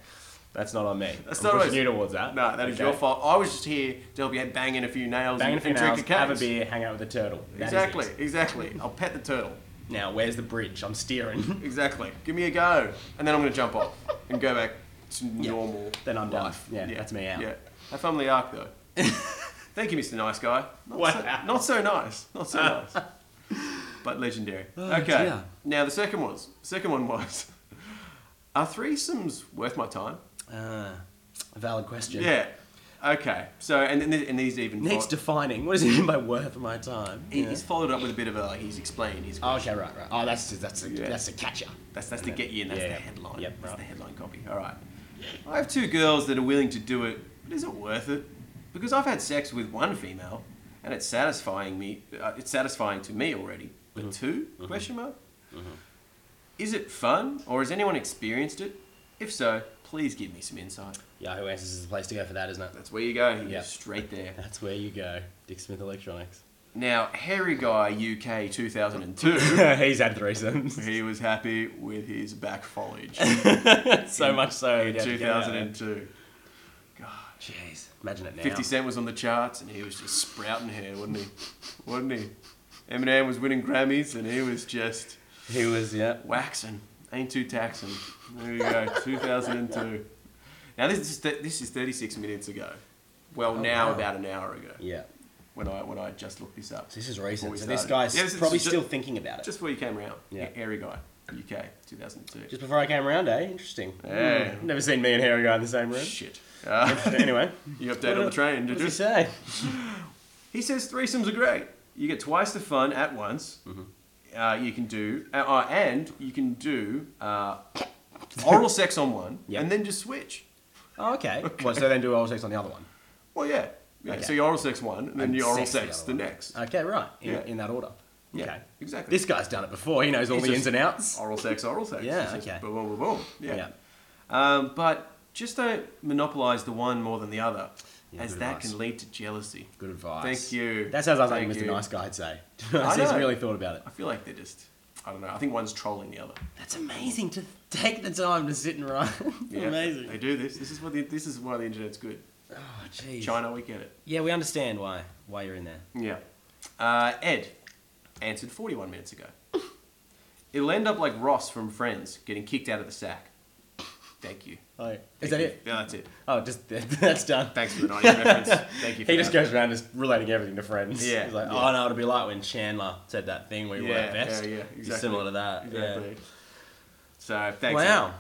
that's not on me. That's I'm not on pushing us. you towards that. No, that is your fault. I was just here to help you out bang in a few nails Bang and, a few and nails, drink a case. have a beer, hang out with a turtle. That is it. Exactly, exactly. I'll pet the turtle. Now, where's the bridge? I'm steering. Exactly. Give me a go, and then I'm going to jump off and go back to normal. Then I'm done. life. Yeah, that's me out. Yeah, have fun with the arc though. Thank you, Mr. Nice Guy. Not, Wow. so, not so nice. Not so nice. but legendary. Oh, okay. dear. Now the second was. Second one was. Are threesomes worth my time? Uh, a valid question. Yeah. Okay. So and and, and these even Next, fo- defining. What does he mean by worth my time? he- Yeah. he's followed up with a bit of a like he's explained his Oh, okay, right, right. Oh, that's that's a, Yeah. that's a catcher. That's that's to get you in. That's Yeah, the yeah. headline. Yep, that's right. the headline copy. All right. I have two girls that are willing to do it, but is it worth it? Because I've had sex with one female, and it's satisfying me. Uh, it's satisfying to me already. But Mm-hmm. 2 Question mark. Is it fun, or has anyone experienced it? If so, please give me some insight. Yahoo Answers is the place to go for that, isn't it? That's where you go. You go Yeah. straight there. That's where you go. Dick Smith Electronics. Now, Harry Guy UK 2002. He's had threesomes. he was happy with his back foliage. so much so. he'd have to get out of there. 2002. God. Jeez, imagine it now. 50 Cent was on the charts and he was just sprouting hair, wasn't he? wasn't he? Eminem was winning Grammys and he was just He was, yeah. waxing. Ain't too taxing. There you go, 2002. Now this is this is 36 minutes ago. Well, Oh, now wow. about an hour ago Yeah. when I when I just looked this up. So this is Before recent. we So this started. guy's Yeah, this is probably just- still thinking about it. Just, Just before you came around, Yeah. Hairy guy, UK, 2002. before I came around, eh? Interesting. Yeah. Hmm. Never seen me and Harry guy in the same room. Shit. Uh, anyway. you update on the train, What did does he you? say? He says threesomes are great. You get twice the fun at once. Mm-hmm. Uh, you can do, uh, uh, and you can do uh, oral sex on one, Yeah. and then just switch. Oh, okay. Well, so then do oral sex on the other one. Well, yeah. yeah. Okay. So you oral sex one, and then And you oral sex the sex other the, one. next. Okay, right. In, Yeah. in that order. Yeah, Okay. exactly. This guy's done it before. He knows all He's the just- ins and outs. Oral sex, oral sex. Yeah, It's just okay. Boom, boom, boom, boom. Yeah. Yeah. Um, but just don't monopolize the one more than the other, Yeah, as good that advice. can lead to jealousy. Good advice. Thank you. That sounds like something Thank Mr. you. Nice Guy would say. I He's know. really thought about it. I feel like they're just, I don't know, I think one's trolling the other. That's amazing to take the time to sit and write. Yeah, amazing. They do this. This is what the, this is why the internet's good. Oh, jeez. China, we get it. Yeah, we understand why why you're in there. Yeah. Uh, Ed answered 41 minutes ago. It'll end up like Ross from Friends getting kicked out of the sack. Thank you. Oh, is Thank that you. it? Yeah, that's it. Oh, just that's done. Thanks for the 90s reference. Thank you. For He just that. goes around just relating everything to friends. Yeah, He's like, yeah. oh no, it'll be like when Chandler said that thing where you were Yeah, at best. yeah, yeah, It's exactly. Similar to that. Exactly. Yeah. So thanks. Wow.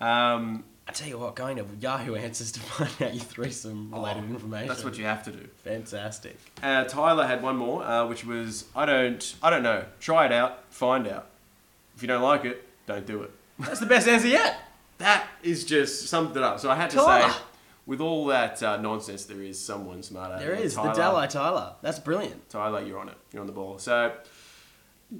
Ed. Um, I tell you what, going to Yahoo Answers to find out your threesome related oh, information. That's what you have to do. Fantastic. Uh, Tyler had one more, uh, which was I don't, I don't know. Try it out, find out. If you don't like it, don't do it. That's the best answer yet. That is just summed it up. So I had to Tyler. say, with all that uh, nonsense, there is someone smarter. There than is the Tyler. Dalai Tyler. That's brilliant. Tyler, you're on it. You're on the ball. So,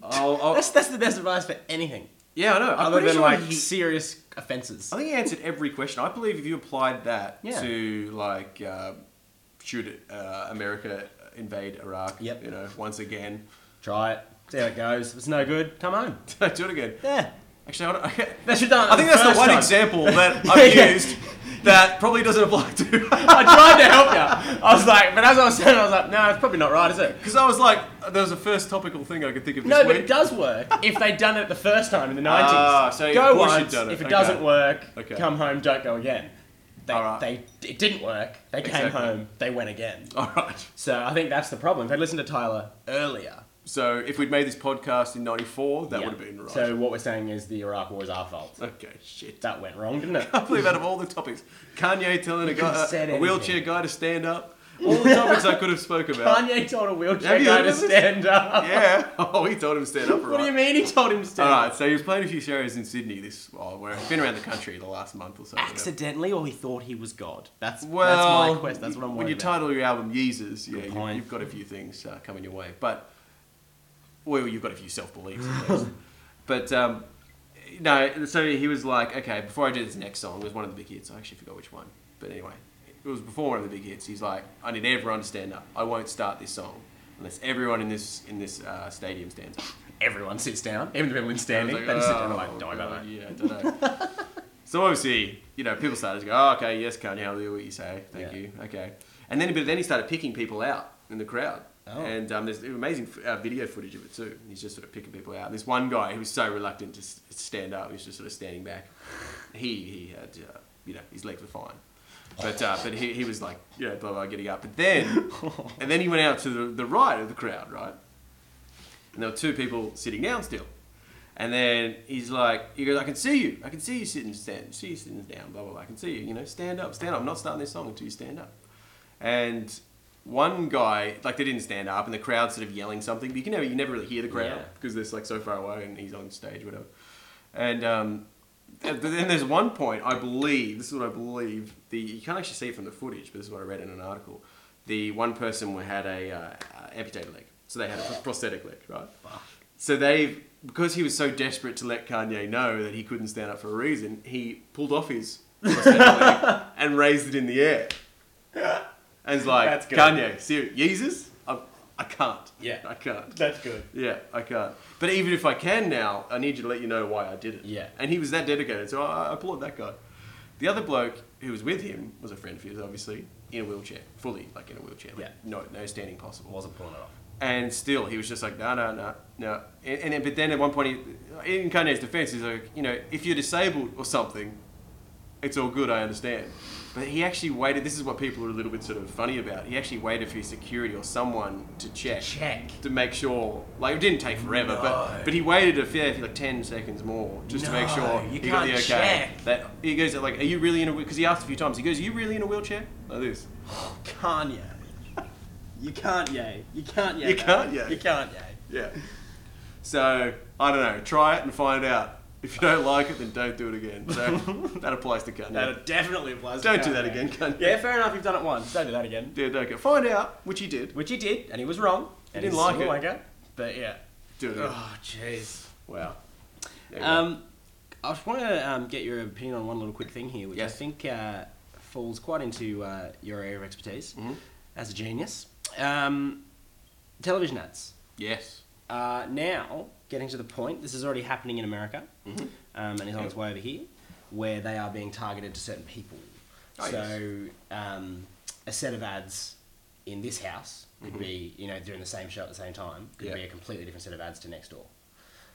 I'll, I'll, That's that's the best advice for anything. yeah, I know. I'm other pretty than sure like he- serious offences. I think he answered every question. I believe if you applied that Yeah. to like, uh, should uh, America invade Iraq? Yep. You know, once again, Try it, see how it goes. If it's no good, come home. do it again. Yeah, Actually, I, don't, that should done. it I think that's the first one time. example that Yeah, I've yeah. used that probably doesn't apply to. I tried to help you. I was like, but as I was saying, I was like, no, it's probably not right, is it? Because I was like, uh, there was a first topical thing I could think of this No, but week. it does work if they'd done it the first time in the 90s. Ah, so of go course you'd once. done it. If it Okay. doesn't work, Okay. come home, don't go again. They, All right. they it didn't work. They came Exactly. home, they went again. All right. So I think that's the problem. If they'd listened to Tyler earlier, So if we'd made this podcast in '94, that yeah. would have been right. So what we're saying is the Iraq War is our fault. okay, shit. That went wrong, didn't it? I believe out of all the topics, Kanye telling a, You could've guy, said a wheelchair anything. guy to stand up, all the topics I could have spoke about. Kanye told a Have wheelchair you guy heard to of this? stand up. Yeah. Oh, he told him to stand up. Right. What do you mean he told him to All stand right. up? So he was playing a few shows in Sydney. This oh, where I've been around the country the last month or so. you know. Accidentally, or he thought he was God. That's Well, that's my quest. That's what I'm When you worried about. title your album Yeezers, yeah, Good you, point. you've got a few things uh, coming your way, but well, you've got a few self beliefs. at least. but um, no, so he was like, okay, before I do this next song, it was one of the big hits. I actually forgot which one, but anyway, it was before one of the big hits. He's like, I need everyone to stand up. I won't start this song unless everyone in this in this uh, stadium stands up. Everyone sits down, even the people in I was standing. like, they just sit down. and "Oh, like, don't worry about God, that. Yeah, don't know. so obviously, you know, people started to go, oh, okay, yes, Kanye, I'll do what you say. Thank Yeah. you. Okay. And then, but then he started picking people out in the crowd. Oh. And um, there's amazing f- uh, video footage of it too. He's just sort of picking people out. And this one guy who was so reluctant to s- stand up, he was just sort of standing back. He, he had, uh, you know, his legs were fine. But, uh, but he, he was like, you know, blah, blah, getting up. But then, and then he went out to the, the right of the crowd, right? and there were two people sitting down still. And then he's like, he goes, I can see you. I can see you sitting stand, see you sitting down, blah blah blah. I can see you. You know, stand up, stand up. I'm not starting this song until you stand up. And one guy, like they didn't stand up, and the crowd's sort of yelling something, but you can never, you never really hear the crowd Yeah. because they're like so far away, and he's on stage, whatever. And um, and then there's one point I believe this is what I believe the you can't actually see it from the footage, but this is what I read in an article. The one person had a uh, uh, amputated leg, so they had a prosthetic leg, right? So they because he was so desperate to let Kanye know that he couldn't stand up for a reason, he pulled off his prosthetic leg and raised it in the air. And it's That's like, good. Kanye, see, Jesus, I, I can't. Yeah. I can't. That's good. Yeah, I can't. But even if I can now, I need you to let you know why I did it. Yeah. And he was that dedicated, so I, I applaud that guy. The other bloke who was with him was a friend of his, obviously, in a wheelchair, fully like in a wheelchair. like, Yeah. No, no standing possible. Wasn't pulling it off. And still, he was just like, no, no, no, no. And, and then, but then at one point, he, in Kanye's defense, he's like, you know, if you're disabled or something, it's all good, I understand. But he actually waited. This is what people are a little bit sort of funny about. He actually waited for security or someone to check. Check. To make sure. Like, it didn't take forever, No. but, but he waited a fair few, like 10 seconds more just to make No, sure you he got the can't okay. check. That, he goes, like, are you really in a Because he asked a few times. He goes, are you really in a wheelchair? Like this. Kanye. You can't yay. You can't yay. You that. can't yay. You can't yay. Yeah. So, I don't know. Try it and find out. If you don't like it, then don't do it again. So, that applies to Kanye. That definitely applies. to Don't do that Kanye. again, Kanye. Yeah, fair enough. You've done it once. Don't do that again. Yeah, don't go. Find out, which he did. Which he did, and he was wrong. He and didn't he's like still it. Like it. But yeah. Do it. again. Oh jeez. Wow. Anyway. Um, I just want to um, get your opinion on one little quick thing here, which I Yes. think uh, falls quite into uh, your area of expertise Mhm. as a genius. Um, television ads yes. are now getting to the point. This is already happening in America, Mm-hmm. um, and is on its way over here, where they are being targeted to certain people. Oh, so um, a set of ads in this house could be, you know, doing the same show at the same time, could Mm-hmm. Yeah. be a completely different set of ads to next door.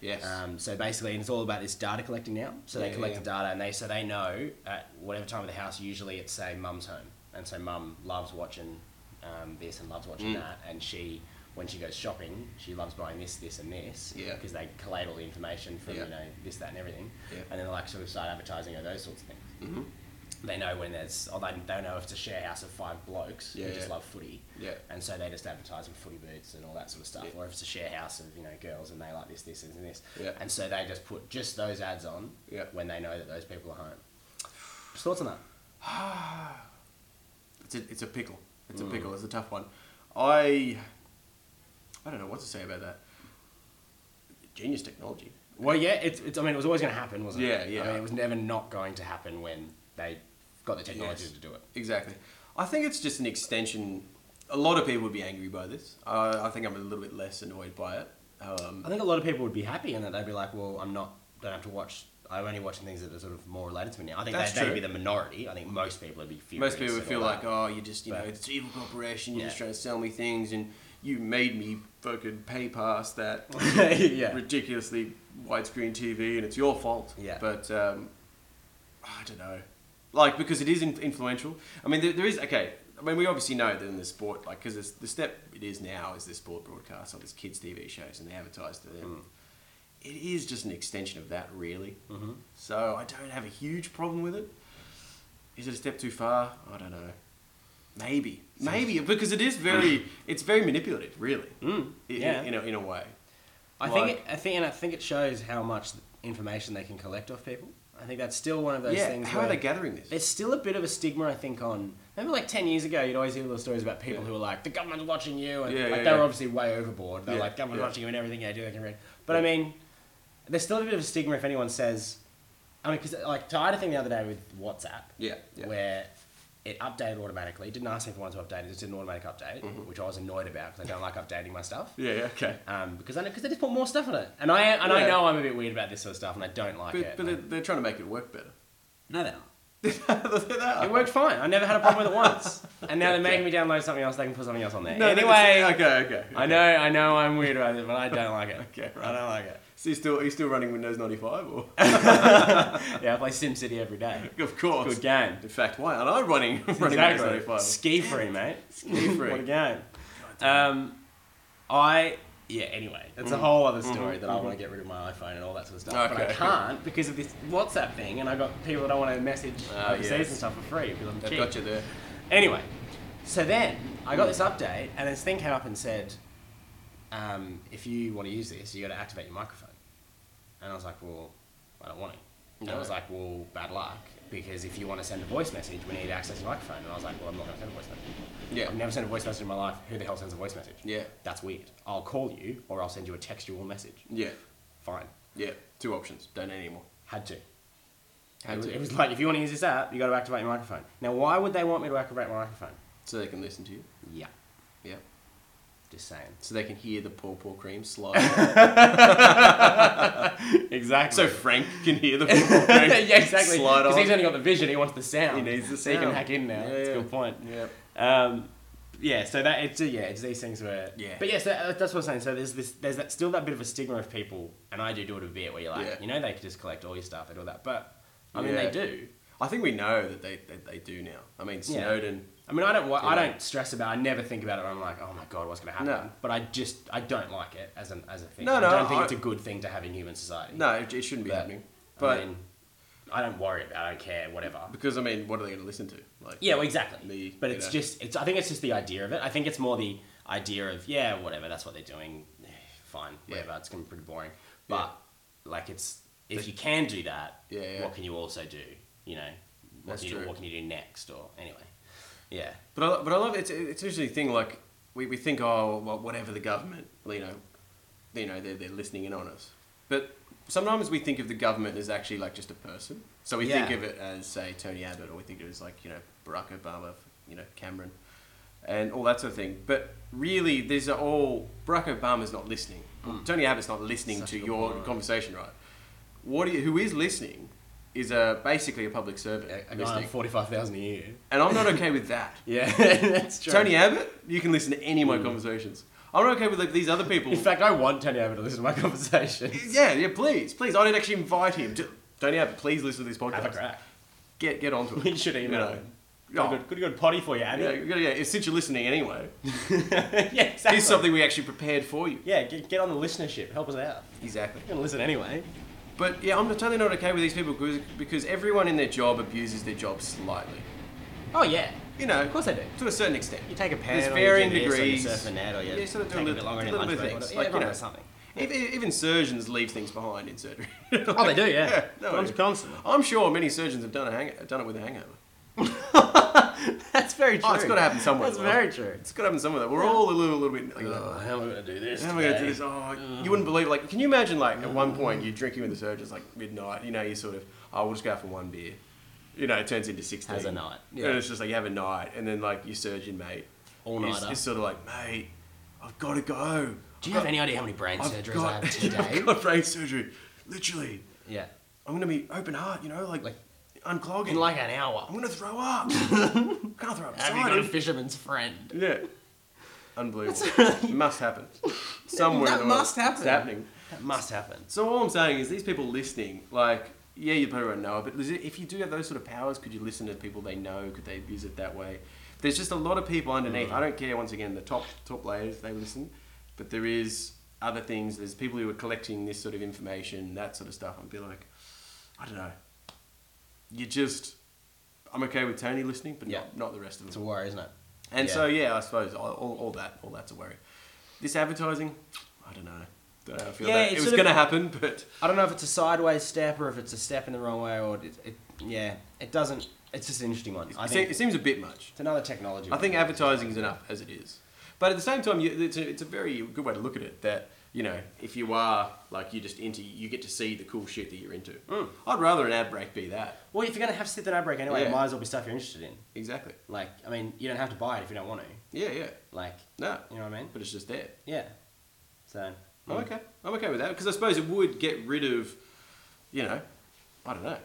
Yes. Um, so basically, and it's all about this data collecting now. So they Yeah, collect yeah. the data, and they so they know at whatever time of the house. Usually, it's say mum's home, and so mum loves watching um, this and loves watching Mm. that, and she when she goes shopping, she loves buying this, this, and this. Yeah. Because they collate all the information from Yeah. you know this, that, and everything, Yeah. and then they like sort of start advertising or those sorts of things. Mhm. They know when there's, or they, they know if it's a share house of five blokes Yeah, who just yeah. love footy, Yeah. and so they just advertise with footy boots and all that sort of stuff. Yeah. Or if it's a share house of you know girls and they like this, this, this, and this, Yeah. and so they just put just those ads on Yeah. when they know that those people are home. Just thoughts on that? It's a, it's a pickle. It's Mm. a pickle. It's a tough one. I I don't know what to say about that. Genius technology. Well, yeah, it's, it's I mean, it was always going to happen, wasn't Yeah, it? yeah. I mean, it was never not going to happen when they got the technology Yes. to do it. Exactly. I think it's just an extension. A lot of people would be angry by this. I I think I'm a little bit less annoyed by it. Um, I think a lot of people would be happy in that they'd be like, well, I'm not don't have to watch. I'm only watching things that are sort of more related to me now. I think That's they'd, they'd true. be the minority. I think most people would be furious. Most people would and feel all like, that. oh, you just, you know, But- it's evil corporation. You're just Yeah. trying to sell me things, and you made me fucking pay past that yeah. ridiculously widescreen TV, and it's your fault. Yeah. But um, I don't know, like because it is in- influential. I mean, there, there is okay. I mean, we obviously know that in the sport, like because the step it is now is the sport broadcast on these kids' TV shows, and they advertise to them. Mm. It is just an extension of that, really. Mm-hmm. So I don't have a huge problem with it. Is it a step too far? I don't know. Maybe, maybe because it is very, it's very manipulative, really. Mm, I- i- yeah. in a, in a way. I think Like- it, I think and I think it shows how much information they can collect off people. I think that's still one of those yeah, things. how are where they gathering this? There's still a bit of a stigma, I think, on. Remember, like ten years ago, you'd always hear little stories about people Yeah. who were like, "The government's watching you," and Yeah, like, yeah, they were yeah. obviously way overboard. They're Yeah, like, "Government's yeah. watching you," and everything they do, they can read. But I Yeah. mean, there's still a bit of a stigma if anyone says, I mean, because like I had a thing the other day with WhatsApp, Yeah, yeah. where it updated automatically. It didn't ask everyone to update; it just did an automatic update, Mm-hmm. which I was annoyed about because I don't like updating my stuff. Yeah, yeah, okay. um, because I know, cause they just put more stuff on it, and I and I Yeah. know I'm a bit weird about this sort of stuff, and I don't like But, it. but and I- they're, they're trying to make it work better. no, they're not. They are. It worked fine. I never had a problem with it once, and now they're making me download something else. They can put something else on there. No, anyway, that's- okay, okay. I know I know I'm weird about it, but I don't like it. Okay, I right. don't like it. So you still, are you still running Windows 95? Or? Yeah, I play SimCity every day. of course. Good game. In fact, why aren't I running, running Windows 95? Ski free, mate. Ski free. what a game. Um, I yeah. Anyway, it's a whole other story that I want to get rid of my iPhone and all that sort of stuff, but I Mm-hmm. Okay. can't because of this WhatsApp thing, and I got people that I want to message Ah, overseas yes. and stuff for free because I'm I've cheap. got you Mm. there. Anyway, so then I got this update, and this thing came up and said, um, if you want to use this, you got to activate your microphone. And I was like, well, I don't want it. And I No. was like, well, bad luck, because if you want to send a voice message, we need access to your microphone. And I was like, well, I'm not going to send a voice message. Yeah. I've never sent a voice message in my life. Who the hell sends a voice message? Yeah. That's weird. I'll call you, or I'll send you a textual message. Yeah, Fine. yeah. Two options. Don't need anymore. Had to. Had it, was, to. it was like, if you want to use this app, you got to activate your microphone. Now, why would they want me to activate my microphone? So they can listen to you. Yeah. Yeah. Just saying. So they can hear the paw paw cream slide. Exactly. so Frank can hear the paw paw cream yeah, exactly. slide Because on. he's only got the vision. He wants the sound. He needs the So he can sound. hack in now. Yeah, That's a yeah. good point. yeah. Um, yeah. So that it's yeah, it's these things where Yeah. But yes, yeah, so uh, that's what I'm saying. So there's this, there's that still that bit of a stigma of people, and I do do it a bit where you're like, Yeah. you know, they could just collect all your stuff and all that, but I mean, Yeah. they do. I think we know that they, they, they do now. I mean, Yeah. Snowden. I mean, I don't. wa- I Yeah. don't stress about. it. I never think about it. I'm like, oh my god, what's going to happen? No. But I just, I don't like it as an as a thing. No, I no, don't think I- it's a good thing to have in human society. No, it, it shouldn't be But- happening. But I mean, I don't worry about. it. I don't care. Whatever. because I mean, what are they going to listen to? Like, Yeah, well, exactly. the- but you it's know. just, it's. I think it's just the idea of it. I think it's more the idea of yeah, whatever. That's what they're doing. Eh, Fine, Yeah. whatever. It's going to be pretty boring. Yeah. But like, it's if you can do that, Yeah, yeah. what can you also do? You know, what That's can you, do- true. What can you do next? Or anyway, yeah. But I, lo- but I love it's it's an interesting thing. Like we, we think oh well whatever the government you know you know they're they're listening in on us. But sometimes we think of the government as actually like just a person. So we Yeah. think of it as say Tony Abbott, or we think of it as like you know Barack Obama, you know Cameron, and all that sort of thing. But really, these are all Barack Obama's not listening. Tony Abbott's not listening Hmm. Such a to good your point. conversation, right? What do you, who is listening is a basically a public servant A guy listening, forty-five thousand a year. and I'm not okay with that. Yeah, that's true. Tony Abbott, you can listen to any of my conversations. I'm not okay with like these other people. in fact, I want Tony Abbott to listen to my conversation. yeah, yeah, please, please. I didn't actually invite him. Ju- Tony Abbott, please listen to this podcast. Have a crack. Get get onto it. You should You email know. him. Oh, Good, good, good potty for you, yeah, Abby. you gotta- yeah, since you're listening anyway, Yeah, exactly. here's something we actually prepared for you. Yeah, get, get on the listenership. Help us out. Exactly. You're gonna listen anyway. But yeah, I'm totally not okay with these people because, because everyone in their job abuses their job slightly. Oh yeah, You know, of course they do. to a certain extent. You take a pen. There's or varying you do this, degrees. Or you surf the net, or you Yeah, sort of do take a a bit little, longer in little lunch bit of break, whatever. things. Yeah, Like, you everyone know, does something. Even, even surgeons leave things behind in surgery. Oh, they do, yeah. no Const- worries. constantly. I'm sure many surgeons have done, a hang- done it with a hangover. That's very true. Oh, it's got to happen somewhere. That's as well. very true. It's got to happen somewhere. Though. We're all a little, little bit like, Oh, how am I gonna do this? how am I going to do today? this? Oh, you wouldn't believe. Like, can you imagine? Like, at one point, you're drinking with the surgeons, like midnight. You know, you sort of, oh, we'll just go out for one beer. You know, it turns into sixteen. Has a night. And Yeah. it's just like you have a night, and then like your surgeon mate, All is, nighter. is sort of like, mate, I've got to go. Do you have any idea how many brain surgeries I have today? I've got brain surgery. Literally, yeah, I'm gonna be open heart. You know, like, Like- unclogging. in like an hour. I'm gonna throw up. I can't throw up. Have you got a Excited. fisherman's friend? Yeah. Unbelievable. must happen. Somewhere That in the world. must happen. It's happening. That must happen. So all I'm saying is these people listening, like, yeah, you probably won't know it, but is it- if you do have those sort of powers, could you listen to people they know? Could they abuse it that way? There's just a lot of people Mm. underneath. I don't care. Once again, the top top layers they listen, but there is other things. There's people who are collecting this sort of information, that sort of stuff. I'd be like, I don't know. You just, I'm okay with Tony listening, but Yeah. not, not the rest of them. It's a worry, isn't it? And Yeah. so yeah, I suppose all, all, all that all that's a worry. This advertising, I don't know. Don't know how I feel Yeah, about it's it. It was sort of- going to happen, but I don't know if it's a sideways step or if it's a step in the wrong way, or it, it yeah, it doesn't. It's just an interesting one. I it, se- think it seems a bit much. it's another technology. I think advertising is enough as it is. But at the same time, you, it's, a, it's a very good way to look at it. That you know, if you are like you just into, you get to see the cool shit that you're into. Hmm. I'd rather an ad break be that. Well, if you're gonna have sit there and break anyway, Yeah. it might as well be stuff you're interested in. Exactly. Like, I mean, you don't have to buy it if you don't want to. Yeah, yeah. Like, No, you know what I mean? but it's just there. Yeah. So. I'm okay. I'm okay with that because I suppose it would get rid of, you know, I don't know,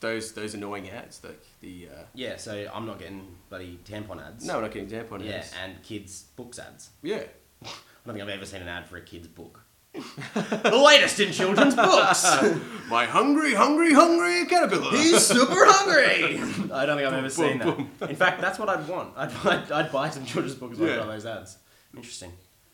those those annoying ads like the. Uh, Yeah, so I'm not getting bloody tampon ads. No, we're not getting tampon Yeah, ads. and kids' books ads. Yeah. I don't think I've ever seen an ad for a kid's book. the latest in children's books. My hungry, hungry, hungry caterpillar. He's super hungry. I don't think I've ever seen that. In fact, that's what I'd want. I'd buy, I'd buy some children's books if I Yeah. got those ads. Interesting.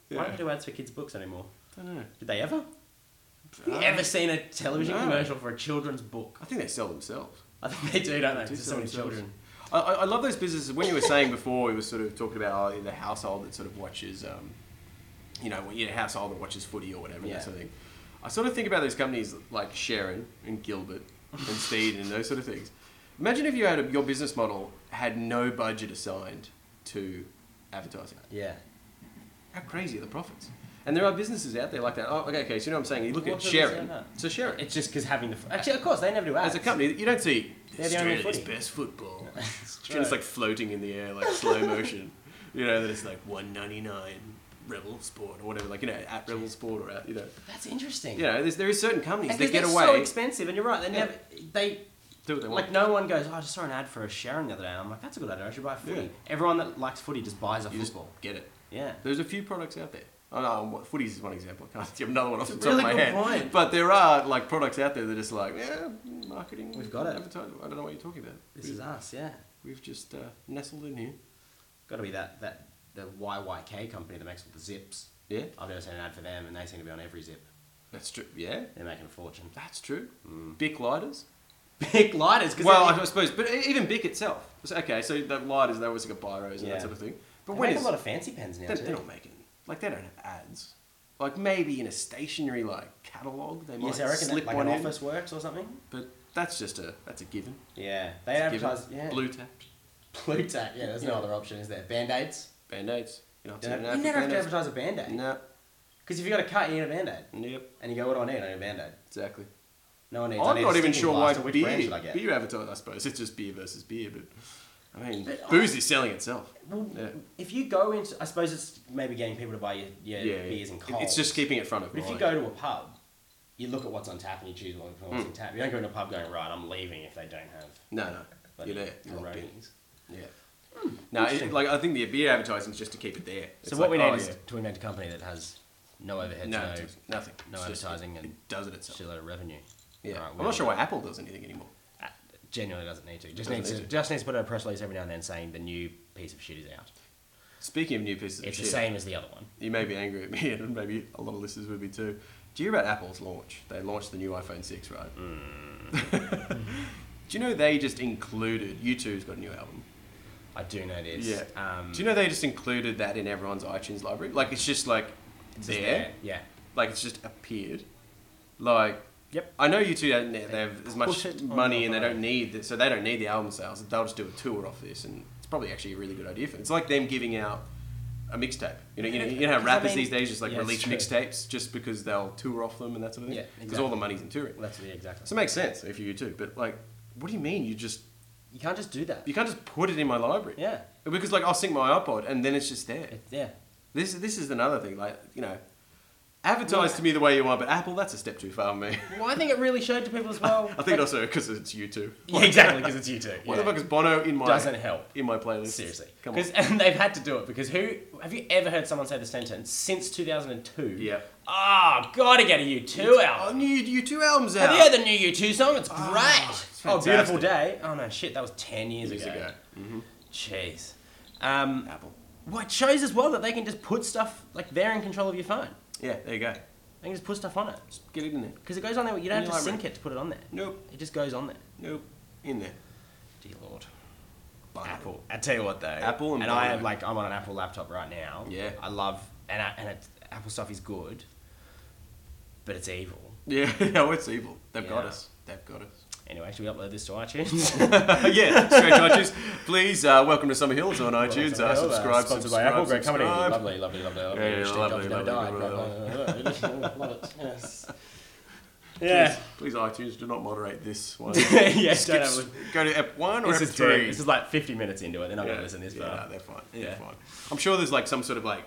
Why Yeah. don't they do ads for kids' books anymore? I don't know. Did they ever? Have you Uh, ever seen a television no. commercial for a children's book? I think they sell themselves. I think they do, don't they? do There's so sell many themselves. children. I, I I love those businesses. When you were saying before, we were sort of talking about oh, the household that sort of watches, um, you know, your household that watches footy or whatever, Yeah. that sort of thing. I sort of think about those companies like Sharon and Gilbert and Steed and those sort of things. Imagine if you had a, your business model had no budget assigned to advertising. Yeah. How crazy are the profits? And there are businesses out there like that. Oh, okay, okay. So you know what I'm saying? You look What at business is Sharon. that? So Sharon, It's just because having the. Actually, of course, they never do ads. as a company, you don't see They're the only Australia's footy. best football. It's It's just like floating in the air, like slow motion. You know, that it's like 199 Rebel Sport or whatever. Like you know, at Rebel Sport or at you know, That's interesting. you know. There's, there is certain companies And that 'cause get they're away. so expensive, and you're right. They Yeah. never. They do what they want. Like no one goes, oh, I just saw an ad for a Sharon the other day, and I'm like, that's a good idea. I should buy a footy. Yeah. Everyone that likes footy just buys a you just football. get it. Yeah. There's a few products out there. Oh, no, what- footies is one example. I can't think of another one off It's the a top really of my good head. point. But there are like products out there that are just like, yeah, marketing. We've got it. advertising. I don't know what you're talking about. This we've, is us, yeah. We've just uh, nestled in here. Got to be that that the YYK company that makes all the zips. Yeah, I've never seen an ad for them, and they seem to be on every zip. that's true. Yeah, They're making a fortune. that's true. Mm. Bic lighters. Big lighters, because Well, I suppose, but e- even Bic itself. So- Okay, so the lighters they always got biros and Yeah. that sort of thing. But they when make is a lot of fancy pens now they, too. they don't make it like they don't have ads. Like maybe in a stationary like catalog they might yes, I reckon slip that, like one an in. Office Works or something. But that's just a that's a given. Yeah, they It's a given. advertise. Yeah, Blue taps, blue tack. Yeah, there's no Yeah. other option, is there? Band aids. band aids. You know, You never have to advertise a band aid. No. Because if you got a cut, you need a band aid. Yep. And you go, what do I need? I need a band aid. Exactly. No one needs. I I'm need a not even sticking sure why plaster. Which beer, brand should I get? beer advertising. I suppose it's just beer versus beer, but I mean, But I- booze is selling itself. Well, Yeah. if you go into, I suppose it's maybe getting people to buy your, your beers and It- cold. It's just keeping it front of But if you mind. go to a pub, you look at what's on tap and you choose what- Hmm. what's on tap. You don't go to a pub going, right, I'm leaving if they don't have. no, no, bloody you're there. You're locked in. Coronis." Yeah. No, it, Hmm, Interesting. like I think the beer advertising is just to keep it there. It's So what we like, need oh, is yeah. to invent a company that has no overheads, no, no, it does- nothing, no It's just- advertising it, and does it itself. shitload of revenue. Yeah, Alright, I'm we'll- not sure why Apple does anything anymore. uh, Genuinely doesn't need to. Just Doesn't needs need to, to. just needs to put out a press release every now and then saying the new piece of shit is out. Speaking of new pieces of It's the shit, same as the other one. you may be angry at me, and maybe a lot of listeners would be too. Do you hear about Apple's launch? They launched the new iPhone 6, right? Hmm. Do you know they just included, U2's got a new album. I do know this. Yeah. Um, Do you know they just included that in everyone's iTunes library? Like, it's just like it's there. just Yeah. Like, it's just appeared. Like, Yep. I know U2, don't- they have as push much it on money the and they don't phone. need, the, so they don't need the album sales. They'll just do a tour off this, and it's probably actually a really good idea for them. It's like them giving out a mixtape. You know, you know, you know how Because I rappers mean- these days just like Yeah, it's release true. mixtapes just because they'll tour off them and that sort of thing? Yeah, Because all the exactly. money's in touring. Well, that's the exactly. So it makes sense if you're U2, but like, what do you mean you just, you can't just do that. you can't just put it in my library? Yeah. Because like I'll sync my iPod and then it's just there. It, yeah. This this is another thing. Like you know, advertise to me the way you want, but Apple that's a step too far for me. Well, I think it really showed to people as well. I think also because it's you two. Yeah, exactly, because it's you too. What yeah. the fuck is Bono in my Doesn't help. in my playlist? Seriously, come on. because and they've had to do it because who have you ever heard someone say the sentence since two thousand and two? Yeah. Ah, gotta get a U two Oh, album. new U two albums out. Have you heard the new U two song? It's great. Ah, it's oh, beautiful day. fantastic. Oh no, shit, that was ten years, Years ago. ago. Jeez. Um, Apple. well, it shows as well that they can just put stuff like they're in control of your phone. Yeah, there you go. They can just put stuff on it Just get it in there. because it goes on there. You don't have In to your library. sync it to put it on there. Nope, It just goes on there. nope, in there. Dear Lord. Bono. Apple. I tell you what though. Apple and I Bono. have like I'm on an Apple laptop right now. Yeah. I love and I, and it's, Apple stuff is good, but it's evil. Yeah, no, it's evil. They've got Yeah. us. They've got us. Anyway, should we upload this to iTunes? yeah, straight to iTunes. Please, uh, welcome to Summer Hills on iTunes. Uh, subscribe, Sponsored by subscribe, Apple. Great company. subscribe. Lovely, lovely, lovely, lovely. Yeah, yeah, Steve lovely, Jobs never lovely, died. lovely, Love it. Yes. Please, Yeah. please, iTunes, do not moderate this one. yeah, Skip- don't have go to ep one a- or this ep is three. three. This is like 50 minutes into it. They're not yeah, going to listen to this yeah, far. no, they're fine. Yeah. Yeah. They're fine. I'm sure there's like some sort of like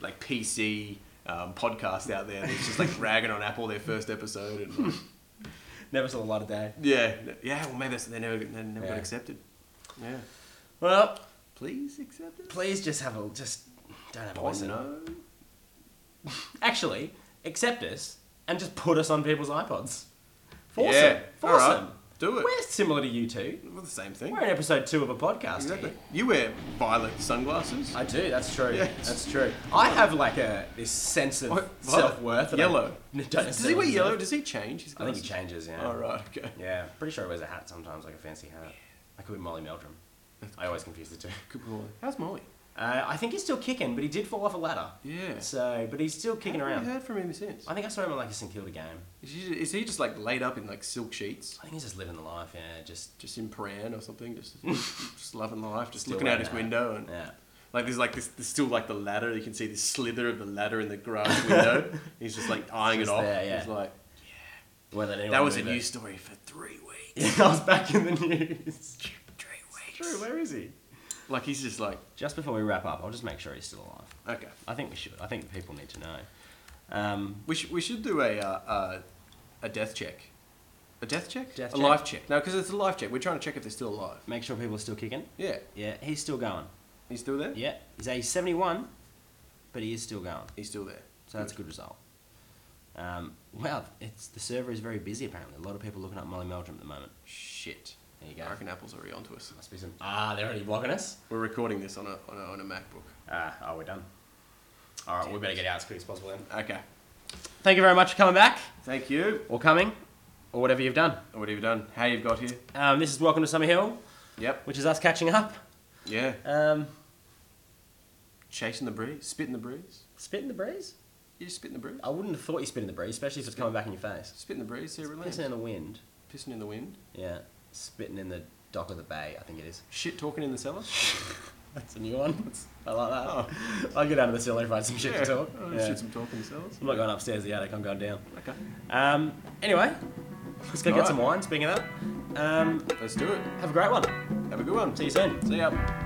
like PC um, podcast out there that's just like ragging on Apple their first episode and like, Never saw the light of day. yeah, yeah. Well, maybe that's, they never they never Yeah. got accepted. Yeah. Well, Please accept it. please just have a just don't have a Oh listen. no. actually accept us and just put us on people's iPods. Force yeah. them. Force All right. them. Do it. We're similar to you two. We're the same thing. We're in episode two of a podcast. Exactly. here. You wear violet sunglasses. I do. That's true. Yeah. That's true. I have like a this sense of What- what? self worth. Yellow. Don't Does he necessarily wear yellow? deserve. Does he change his I glasses? think he changes. Yeah. Oh, right, okay. Yeah. Pretty sure he wears a hat sometimes, like a fancy hat. I could be Molly Meldrum. I always confuse the two. Good boy. How's Molly? Uh, I think he's still kicking, but he did fall off a ladder. Yeah. So, but he's still kicking Haven't around. heard from him since. I think I saw him at like a St Kilda game. Is he, is he just like laid up in like silk sheets, I think he's just living the life. Yeah. Just just in Paran or something, just just loving life, just Still looking out wearing his that. window and yeah. like there's like this, there's still like the ladder. You can see the slither of the ladder in the grass window. He's just like eyeing just it off. there, yeah. He's like, Whether anyone that was a move it. news story for three weeks. Yeah, I was back in the news. Three True, where is he? Like he's just like, Just before we wrap up, I'll just make sure he's still alive. okay. I think we should. I think people need to know. Um, We should we should do a uh, uh, a death check, a death check, Death a check. life check. No, because it's a life check. We're trying to check if they're still alive. make sure people are still kicking. Yeah, Yeah, he's still going. he's still there. Yeah, he's age 71, but he is still going. He's still there. So that's a good result. Um, Wow, it's the server is very busy apparently. A lot of people looking up Molly Meldrum at the moment. Shit. There you go. I reckon Apple's already onto us. Must be some. Ah, they're already blocking us. We're recording this on a, on a, on a MacBook. Ah, oh, we're done. All right, we better get out as quick as possible then. Okay. Thank you very much for coming back Thank you. or coming or whatever you've done. What have you done? How you've got here? Um, this is Welcome to Summer Hill, Yep. which is us catching up. Yeah. Um, Chasing the breeze. Spitting the breeze. spit in the breeze? You just spitting the breeze. I wouldn't have thought you spit in the breeze, especially if it's coming back in your face. Spitting the breeze. See where it lands. Pissing in the wind. Pissing in the wind. Yeah. Spitting in the dock of the bay, I think it is. Shit talking in the cellar. That's a new one. I like that. Oh. I'll get out of the cellar if I had some shit Yeah. to talk. Oh, Yeah. Shit some talk in the cellars. I'm not going upstairs the attic, I'm going down. Okay. Um, anyway, let's go get Alright. some wine, speaking of that. Um, Let's do it. have a great one. Have a good one. See you soon. See ya.